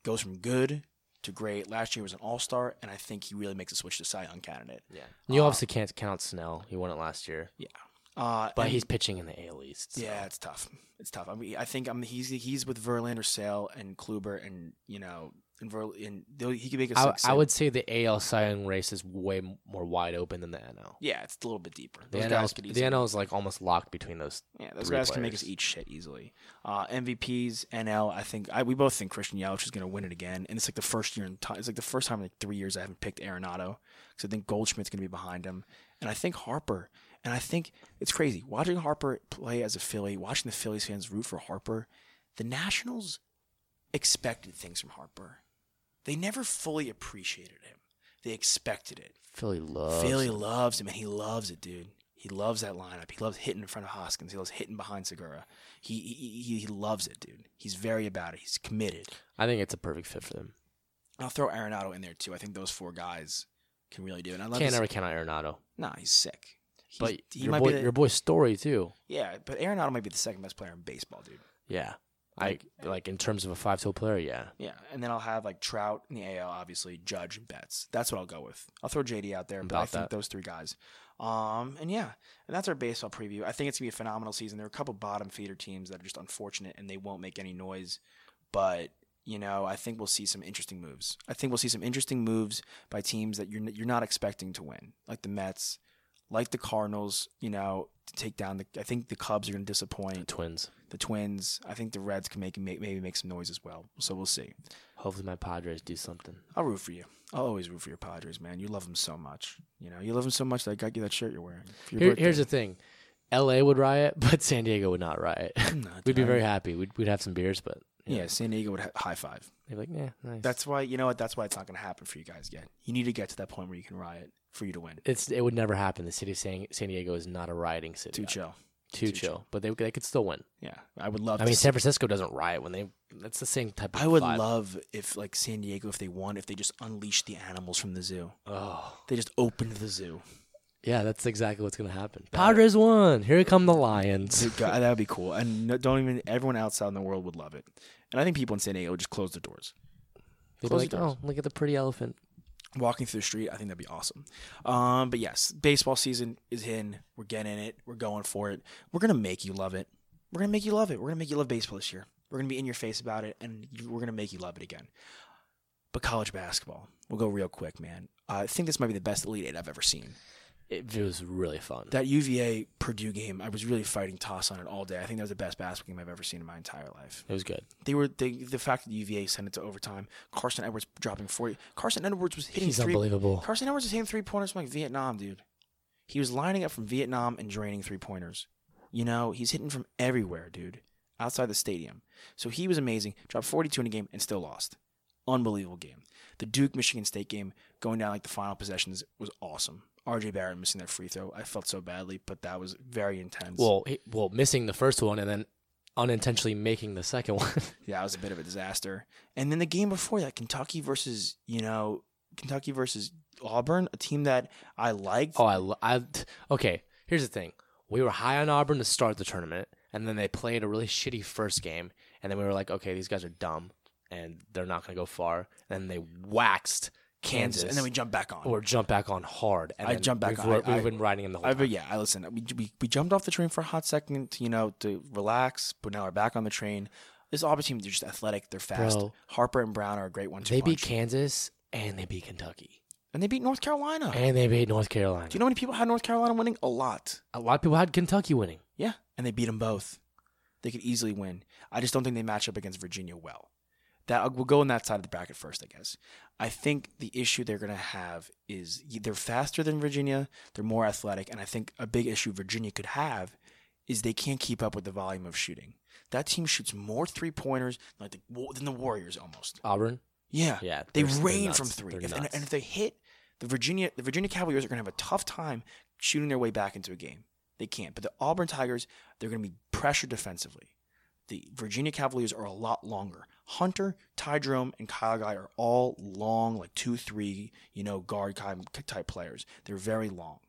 S2: goes from good to great. Last year was an All Star, and I think he really makes a switch to Cy Young candidate.
S6: Yeah. You obviously can't count Snell. He won it last year,
S2: Uh,
S6: but
S2: and-
S6: he's pitching in the AL East. so-
S2: yeah, it's tough. It's tough. I mean, I think I'm he's he's with Verlander, Sale, and Kluber, and you know, and Verl and they'll- he could make a
S6: I,
S2: six.
S6: I would say the AL Cy Young race is way m- more wide open than the NL.
S2: Yeah, it's a little bit deeper.
S6: The
S2: Those
S6: NL,
S2: guys
S6: 's-
S2: could
S6: the
S2: easily-
S6: NL is like almost locked between those.
S2: Yeah, those
S6: three
S2: guys can make us
S6: players.
S2: eat shit easily. Uh, MVPs, NL. I think I, we both think Christian Yelich is going to win it again, and it's like the first year in time. It's like the first time in like three years I haven't picked Arenado because I think Goldschmidt's going to be behind him, and I think Harper. And I think it's crazy watching Harper play as a Philly, watching the Phillies fans root for Harper. The Nationals expected things from Harper. They never fully appreciated him. They expected it.
S6: Philly loves.
S2: Philly loves him, and he loves it, dude. He loves that lineup. He loves hitting in front of Hoskins. He loves hitting behind Segura. He he, he- he loves it, dude. He's very about it. He's committed.
S6: I think it's a perfect fit for them.
S2: I'll throw Arenado in there too. I think those four guys can really do it. And I love
S6: Can't
S2: this-
S6: ever count out Arenado.
S2: Nah, he's sick. He's,
S6: But
S2: he
S6: your
S2: might
S6: boy,
S2: be the-
S6: your boy Story too.
S2: yeah, but Arenado might be the second best player in baseball, dude.
S6: Yeah. I like in terms of a five-tool player. Yeah.
S2: Yeah, and then I'll have like Trout in the AL, obviously Judge and Betts. That's what I'll go with. I'll throw JD out there, but I
S6: About
S2: think
S6: that.
S2: those three guys. Um, and yeah, and that's our baseball preview. I think it's gonna be a phenomenal season. There are a couple bottom feeder teams that are just unfortunate and they won't make any noise, but you know I think we'll see some interesting moves. I think we'll see some interesting moves by teams that you're you're not expecting to win, like the Mets, like the Cardinals. You know, to take down the. I think the Cubs are gonna disappoint.
S6: Twins.
S2: The Twins. I think the Reds can make may- maybe make some noise as well. So we'll see.
S6: Hopefully my Padres do something.
S2: I'll root for you. I'll always root for your Padres, man. You love them so much. You know, you love them so much that I got you that shirt you're wearing. for your
S6: Here,
S2: birthday.
S6: here's the thing. LA would riot, but San Diego would not riot.
S2: Nah,
S6: we'd be
S2: dude,
S6: very happy. We'd, we'd have some beers, but
S2: I- Yeah, San Diego would ha- high five.
S6: they'd be like, yeah, nice.
S2: That's why you know what. That's why it's not going to happen for you guys yet. You need to get to that point where you can riot for you to win.
S6: it's it would never happen. The city of San, San Diego is not a rioting city.
S2: Too chill.
S6: Too,
S2: too
S6: chill.
S2: chill.
S6: But they they could still win.
S2: Yeah, I would love.
S6: I
S2: to
S6: mean,
S2: s-
S6: San Francisco doesn't riot when they. That's the same type. of
S2: I would
S6: vibe.
S2: love if like San Diego, if they won, if they just unleashed the animals from the zoo.
S6: Oh,
S2: They just opened the zoo.
S6: yeah, that's exactly what's gonna happen. Padres won. Here come the Lions.
S2: Dude, God, that would be cool. And no, don't even everyone outside in the world would love it. And I think people in San Diego would just close their doors.
S6: They'd be
S2: Close
S6: like,
S2: the doors.
S6: oh, look at the pretty elephant.
S2: walking through the street. I think that'd be awesome. Um, but yes, baseball season is in. We're getting in it. We're going for it. We're gonna make you love it. We're gonna make you love it. We're gonna make you love baseball this year. We're gonna be in your face about it, and you- we're gonna make you love it again. But college basketball, we'll go real quick, man. I think this might be the best Elite Eight I've ever seen.
S6: It, it was really fun.
S2: That UVA Purdue game, I was really fighting toss on it all day. I think that was the best basketball game I've ever seen in my entire life
S6: it was good.
S2: they were they, the fact that UVA sent it to overtime. Carson Edwards dropping forty. Carson Edwards was hitting.
S6: He's
S2: three,
S6: unbelievable.
S2: Carson Edwards was hitting three pointers from like Vietnam, dude. He was lining up from Vietnam and draining three pointers. You know, he's hitting from everywhere, dude, outside the stadium. So he was amazing. Dropped forty two in a game and still lost. Unbelievable game. The Duke Michigan State game going down like the final possessions was awesome. RJ Barrett missing that free throw. I felt so badly, but that was very intense.
S6: Well, he, well, missing the first one and then unintentionally making the second one.
S2: yeah, that was a bit of a disaster. And then the game before that, Kentucky versus you know Kentucky versus Auburn, a team that I liked.
S6: oh, I, lo- I. Okay, here's the thing. We were high on Auburn to start the tournament, and then they played a really shitty first game, and then we were like, okay, these guys are dumb, and they're not gonna go far. And then they waxed Kansas,
S2: and then we jumped back on.
S6: or jump back on hard. And
S2: I
S6: then
S2: jumped back
S6: we've,
S2: on.
S6: wor-
S2: I-
S6: we've been riding in the whole
S2: I,
S6: time.
S2: but yeah, I listen. We, we we jumped off the train for a hot second, to, you know, to relax, but now we're back on the train. This Auburn team, they're just athletic. They're fast.
S6: Bro.
S2: Harper and Brown are a great one.
S6: They beat Kansas and they beat Kentucky
S2: and they beat North Carolina.
S6: and they beat North Carolina.
S2: Do you know how many people had North Carolina winning? A lot.
S6: a lot of people had Kentucky winning.
S2: Yeah, and they beat them both. They could easily win. I just don't think they match up against Virginia well. That uh, we'll go on that side of the bracket first, I guess. I think the issue they're going to have is they're faster than Virginia, they're more athletic, and I think a big issue Virginia could have is they can't keep up with the volume of shooting. That team shoots more three pointers like the, than the Warriors almost.
S6: Auburn,
S2: Yeah,
S6: Yeah,
S2: They
S6: they're- they're
S2: rain
S6: nuts.
S2: from 3
S6: They're
S2: If- and,
S6: nuts.
S2: and if they hit the Virginia, the Virginia Cavaliers are going to have a tough time shooting their way back into a game. They can't. But the Auburn Tigers, they're going to be pressured defensively. The Virginia Cavaliers are a lot longer. Hunter, Ty Jerome, and Kyle Guy are all long, like two, three, you know, guard kind- type players. They're very long.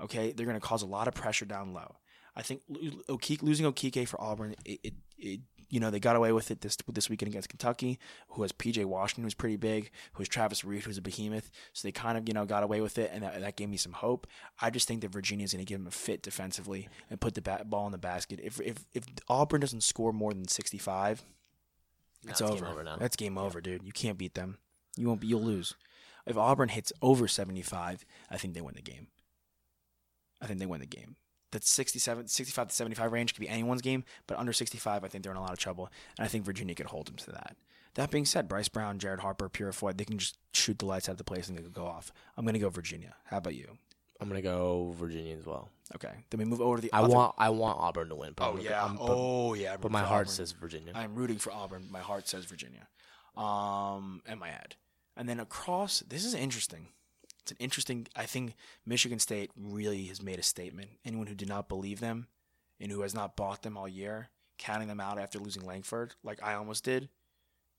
S2: Okay, they're going to cause a lot of pressure down low. I think lo- Okike, losing Okike for Auburn, it, it, it you know they got away with it this this weekend against Kentucky, who has PJ Washington who's pretty big, who has Travis Reed who's a behemoth. So they kind of you know got away with it, and that, that gave me some hope. I just think that Virginia's going to give them a fit defensively and put the bat, ball in the basket. If if if Auburn doesn't score more than sixty five, it's,
S6: it's
S2: over.
S6: game over now.
S2: That's game over, dude. You can't beat them. You won't. be- You'll lose. If Auburn hits over seventy five, I think they win the game. I think they win the game. That 67, 65 to 75 range could be anyone's game, but under 65, I think they're in a lot of trouble. And I think Virginia could hold them to that. That being said, Bryce Brown, Jared Harper, Purifoy, they can just shoot the lights out of the place and they could go off. I'm going to go Virginia. How about you?
S6: I'm gonna go Virginia as well.
S2: Okay. Then we move over to the
S6: I
S2: other-
S6: want I want Auburn to win. But I'm
S2: Oh,
S6: gonna-
S2: yeah.
S6: I'm- but,
S2: oh, yeah.
S6: but my heart
S2: says.
S6: says Virginia.
S2: I'm rooting for Auburn. but My heart says Virginia. Um, and my head. And then across, this is interesting. It's an interesting. I think Michigan State really has made a statement. Anyone who did not believe them and who has not bought them all year, counting them out after losing Langford, like I almost did.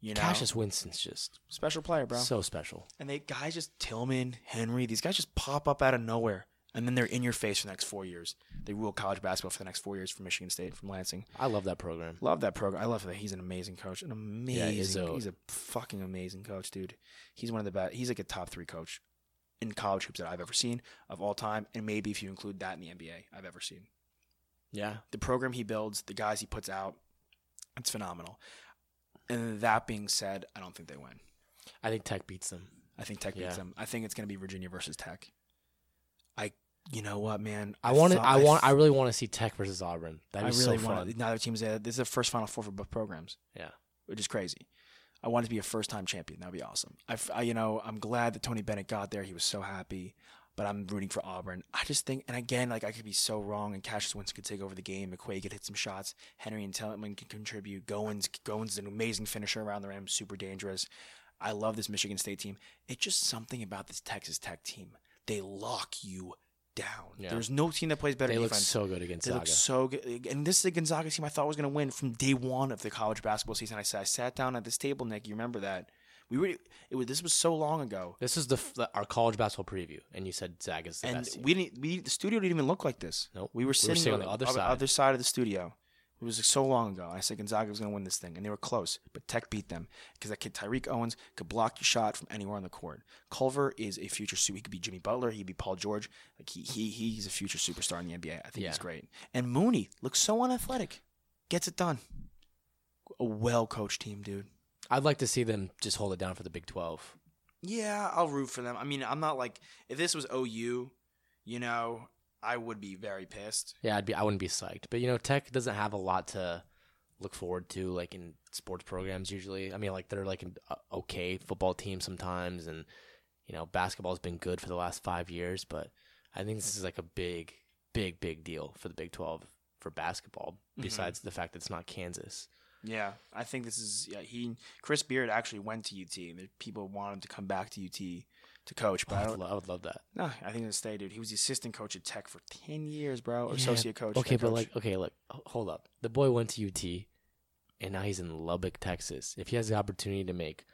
S2: You know,
S6: Cassius Winston's just
S2: special player, bro.
S6: so special.
S2: and they guys just Tillman, Henry, these guys just pop up out of nowhere, and then they're in your face for the next four years. They rule college basketball for the next four years from Michigan State, from Lansing.
S6: I love that program.
S2: Love that program. I love that he's an amazing coach. An amazing.
S6: Izzo.
S2: he's a fucking amazing coach, dude. He's one of the best. He's like a top three coach in college hoops that I've ever seen of all time, and maybe if you include that in the NBA, I've ever seen
S6: Yeah,
S2: the program he builds, the guys he puts out. It's phenomenal. And that being said, I don't think they win.
S6: I think Tech beats them.
S2: I think Tech
S6: Yeah.
S2: beats them. I think it's going to be Virginia versus Tech. I, you know what, man?
S6: I want to.
S2: thought-
S6: I want. I really want to see Tech versus Auburn. That'd
S2: I
S6: be
S2: really
S6: so fun.
S2: want to. Neither team's there. This is the first Final Four for both programs.
S6: Yeah.
S2: which is crazy. I wanted to be a first-time champion. That'd be awesome. I, f- I- you know, I'm glad that Tony Bennett got there. He was so happy. But I'm rooting for Auburn. I just think, and again, like I could be so wrong. And Cassius Winston could take over the game. McQuay could hit some shots. Henry and Tillman can contribute. Goins, Goins is an amazing finisher around the rim. Super dangerous. I love this Michigan State team. It's just something about this Texas Tech team. They lock you down.
S6: Yeah.
S2: There's no team that plays better
S6: They look
S2: defense.
S6: so good against
S2: They
S6: Saga.
S2: look so good. And this is a Gonzaga team I thought was going to win from day one of the college basketball season. I said, I sat down at this table, Nick. You remember that? We were. It was. This was so long ago,
S6: this is the, f- the our college basketball preview, and you said Zaga's the
S2: and
S6: best. team.
S2: we didn't. We the studio didn't even look like this.
S6: Nope.
S2: We were sitting, on, the other, side. other side of the studio. It was so long ago. And I said Gonzaga was going to win this thing, and they were close. But Tech beat them because that kid Tyreek Owens could block your shot from anywhere on the court. Culver is a future suit. He could be Jimmy Butler. He could be Paul George. Like he, he he's a future superstar in the NBA. I think
S6: Yeah.
S2: he's great. And Mooney looks so unathletic, gets it done. A well coached team, dude.
S6: I'd like to see them just hold it down for the Big Twelve.
S2: Yeah, I'll root for them. I mean, I'm not like if this was OU, you know, I would be very pissed.
S6: Yeah, I'd be. I wouldn't be psyched, but you know, Tech doesn't have a lot to look forward to, like in sports programs. Usually, I mean, like they're like an uh, okay football team sometimes, and you know, basketball's been good for the last five years, but I think this is like a big, big, big deal for the Big Twelve for basketball.
S2: Mm-hmm.
S6: Besides the fact that it's not Kansas,
S2: Yeah, I think this is yeah, he Chris Beard actually went to UT and there- people wanted him to come back to UT to coach, but I
S6: Oh, I
S2: don't.
S6: would, lo- I would love that.
S2: No, I think he's gonna stay, dude. He was the assistant coach at Tech for ten years, bro, or associate coach.
S6: Okay,
S2: head
S6: but
S2: Oh, coach.
S6: like, okay, look, h- hold up. The boy went to UT, and now he's in Lubbock, Texas. If he has the opportunity to make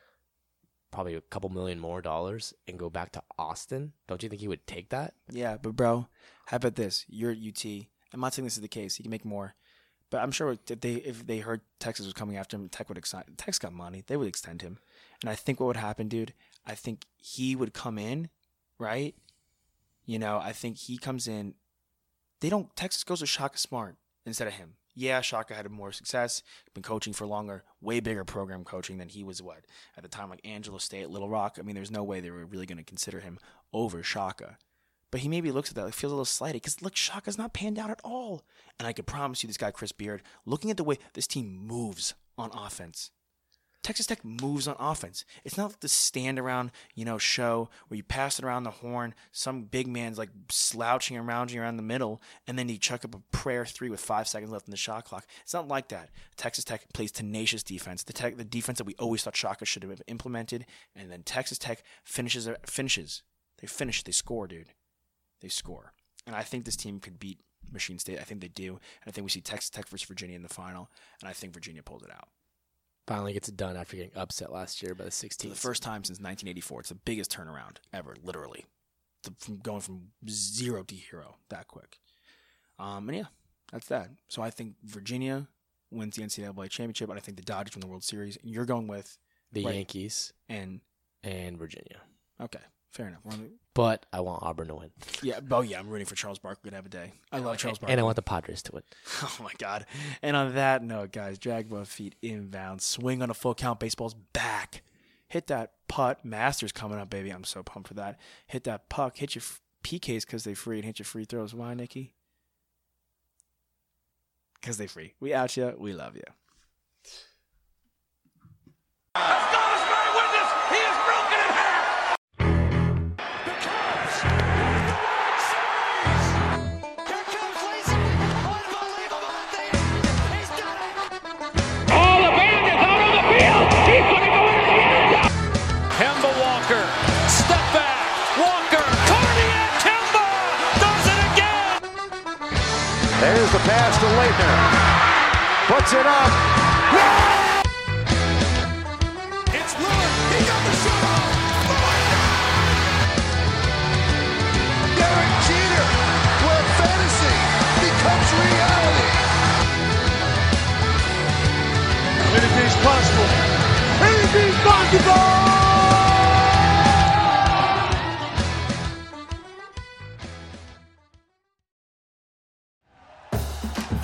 S6: probably a couple million more dollars and go back to Austin, don't you think he would take that?
S2: yeah, but bro, how about this? You're at UT. I'm not saying this is the case. He can make more, but I'm sure if they if they heard Texas was coming after him, Tech would extend. Tech's got money. They would extend him, and I think what would happen, dude. I think he would come in, right? You know, I think he comes in they don't Texas goes with Shaka Smart instead of him. Yeah, Shaka had more success, been coaching for longer, way bigger program coaching than he was what at the time like Angelo State, Little Rock. I mean, there's no way they were really going to consider him over Shaka. But he maybe looks at that, like, feels a little slighted because look, Shaka's not panned out at all. And I could promise you, this guy Chris Beard, looking at the way this team moves on offense, Texas Tech moves on offense. It's not the stand around, you know, show where you pass it around the horn. Some big man's like slouching and lounging around the middle, and then you chuck up a prayer three with five seconds left in the shot clock. It's not like that. Texas Tech plays tenacious defense, the tech, the defense that we always thought Shaka should have implemented, and then Texas Tech finishes uh, finishes. They finish. They score, dude. They score, and I think this team could beat Michigan State. I think they do, and I think we see Texas Tech versus Virginia in the final, and I think Virginia pulled it out.
S6: Finally gets it done after getting upset last year by the 16th.
S2: For the first time since 1984. It's the biggest turnaround ever, literally. The, from going from zero to hero that quick. Um, and yeah, That's that. So I think Virginia wins the NCAA championship, and I think the Dodgers win the World Series. And you're going with
S6: The
S2: Right.
S6: Yankees
S2: and
S6: and Virginia.
S2: okay, fair enough. We're on the-
S6: But I want Auburn to win,
S2: yeah, oh yeah, I'm rooting for Charles Barkley to have a day. I love Charles Barkley.
S6: and I want the Padres to win.
S2: Oh my God. And on that note, guys, drag both feet inbound, swing on a full count, baseball's back. Hit that putt. Masters coming up, baby. I'm so pumped for that. Hit that puck. Hit your f- PKs because they free and hit your free throws. Why, Nikki? Because they free. We out ya. We love ya.
S4: All the band is out on the field. He's going to win the end zone.
S5: Kemba Walker, step back, Walker, cardiac Kemba does it again.
S7: There's the pass to Leitner. Puts it up.
S5: It's Lillard, he got the shot off.
S7: Oh, Derek Jeter, where fantasy becomes reality. Anything's possible. Anything's possible.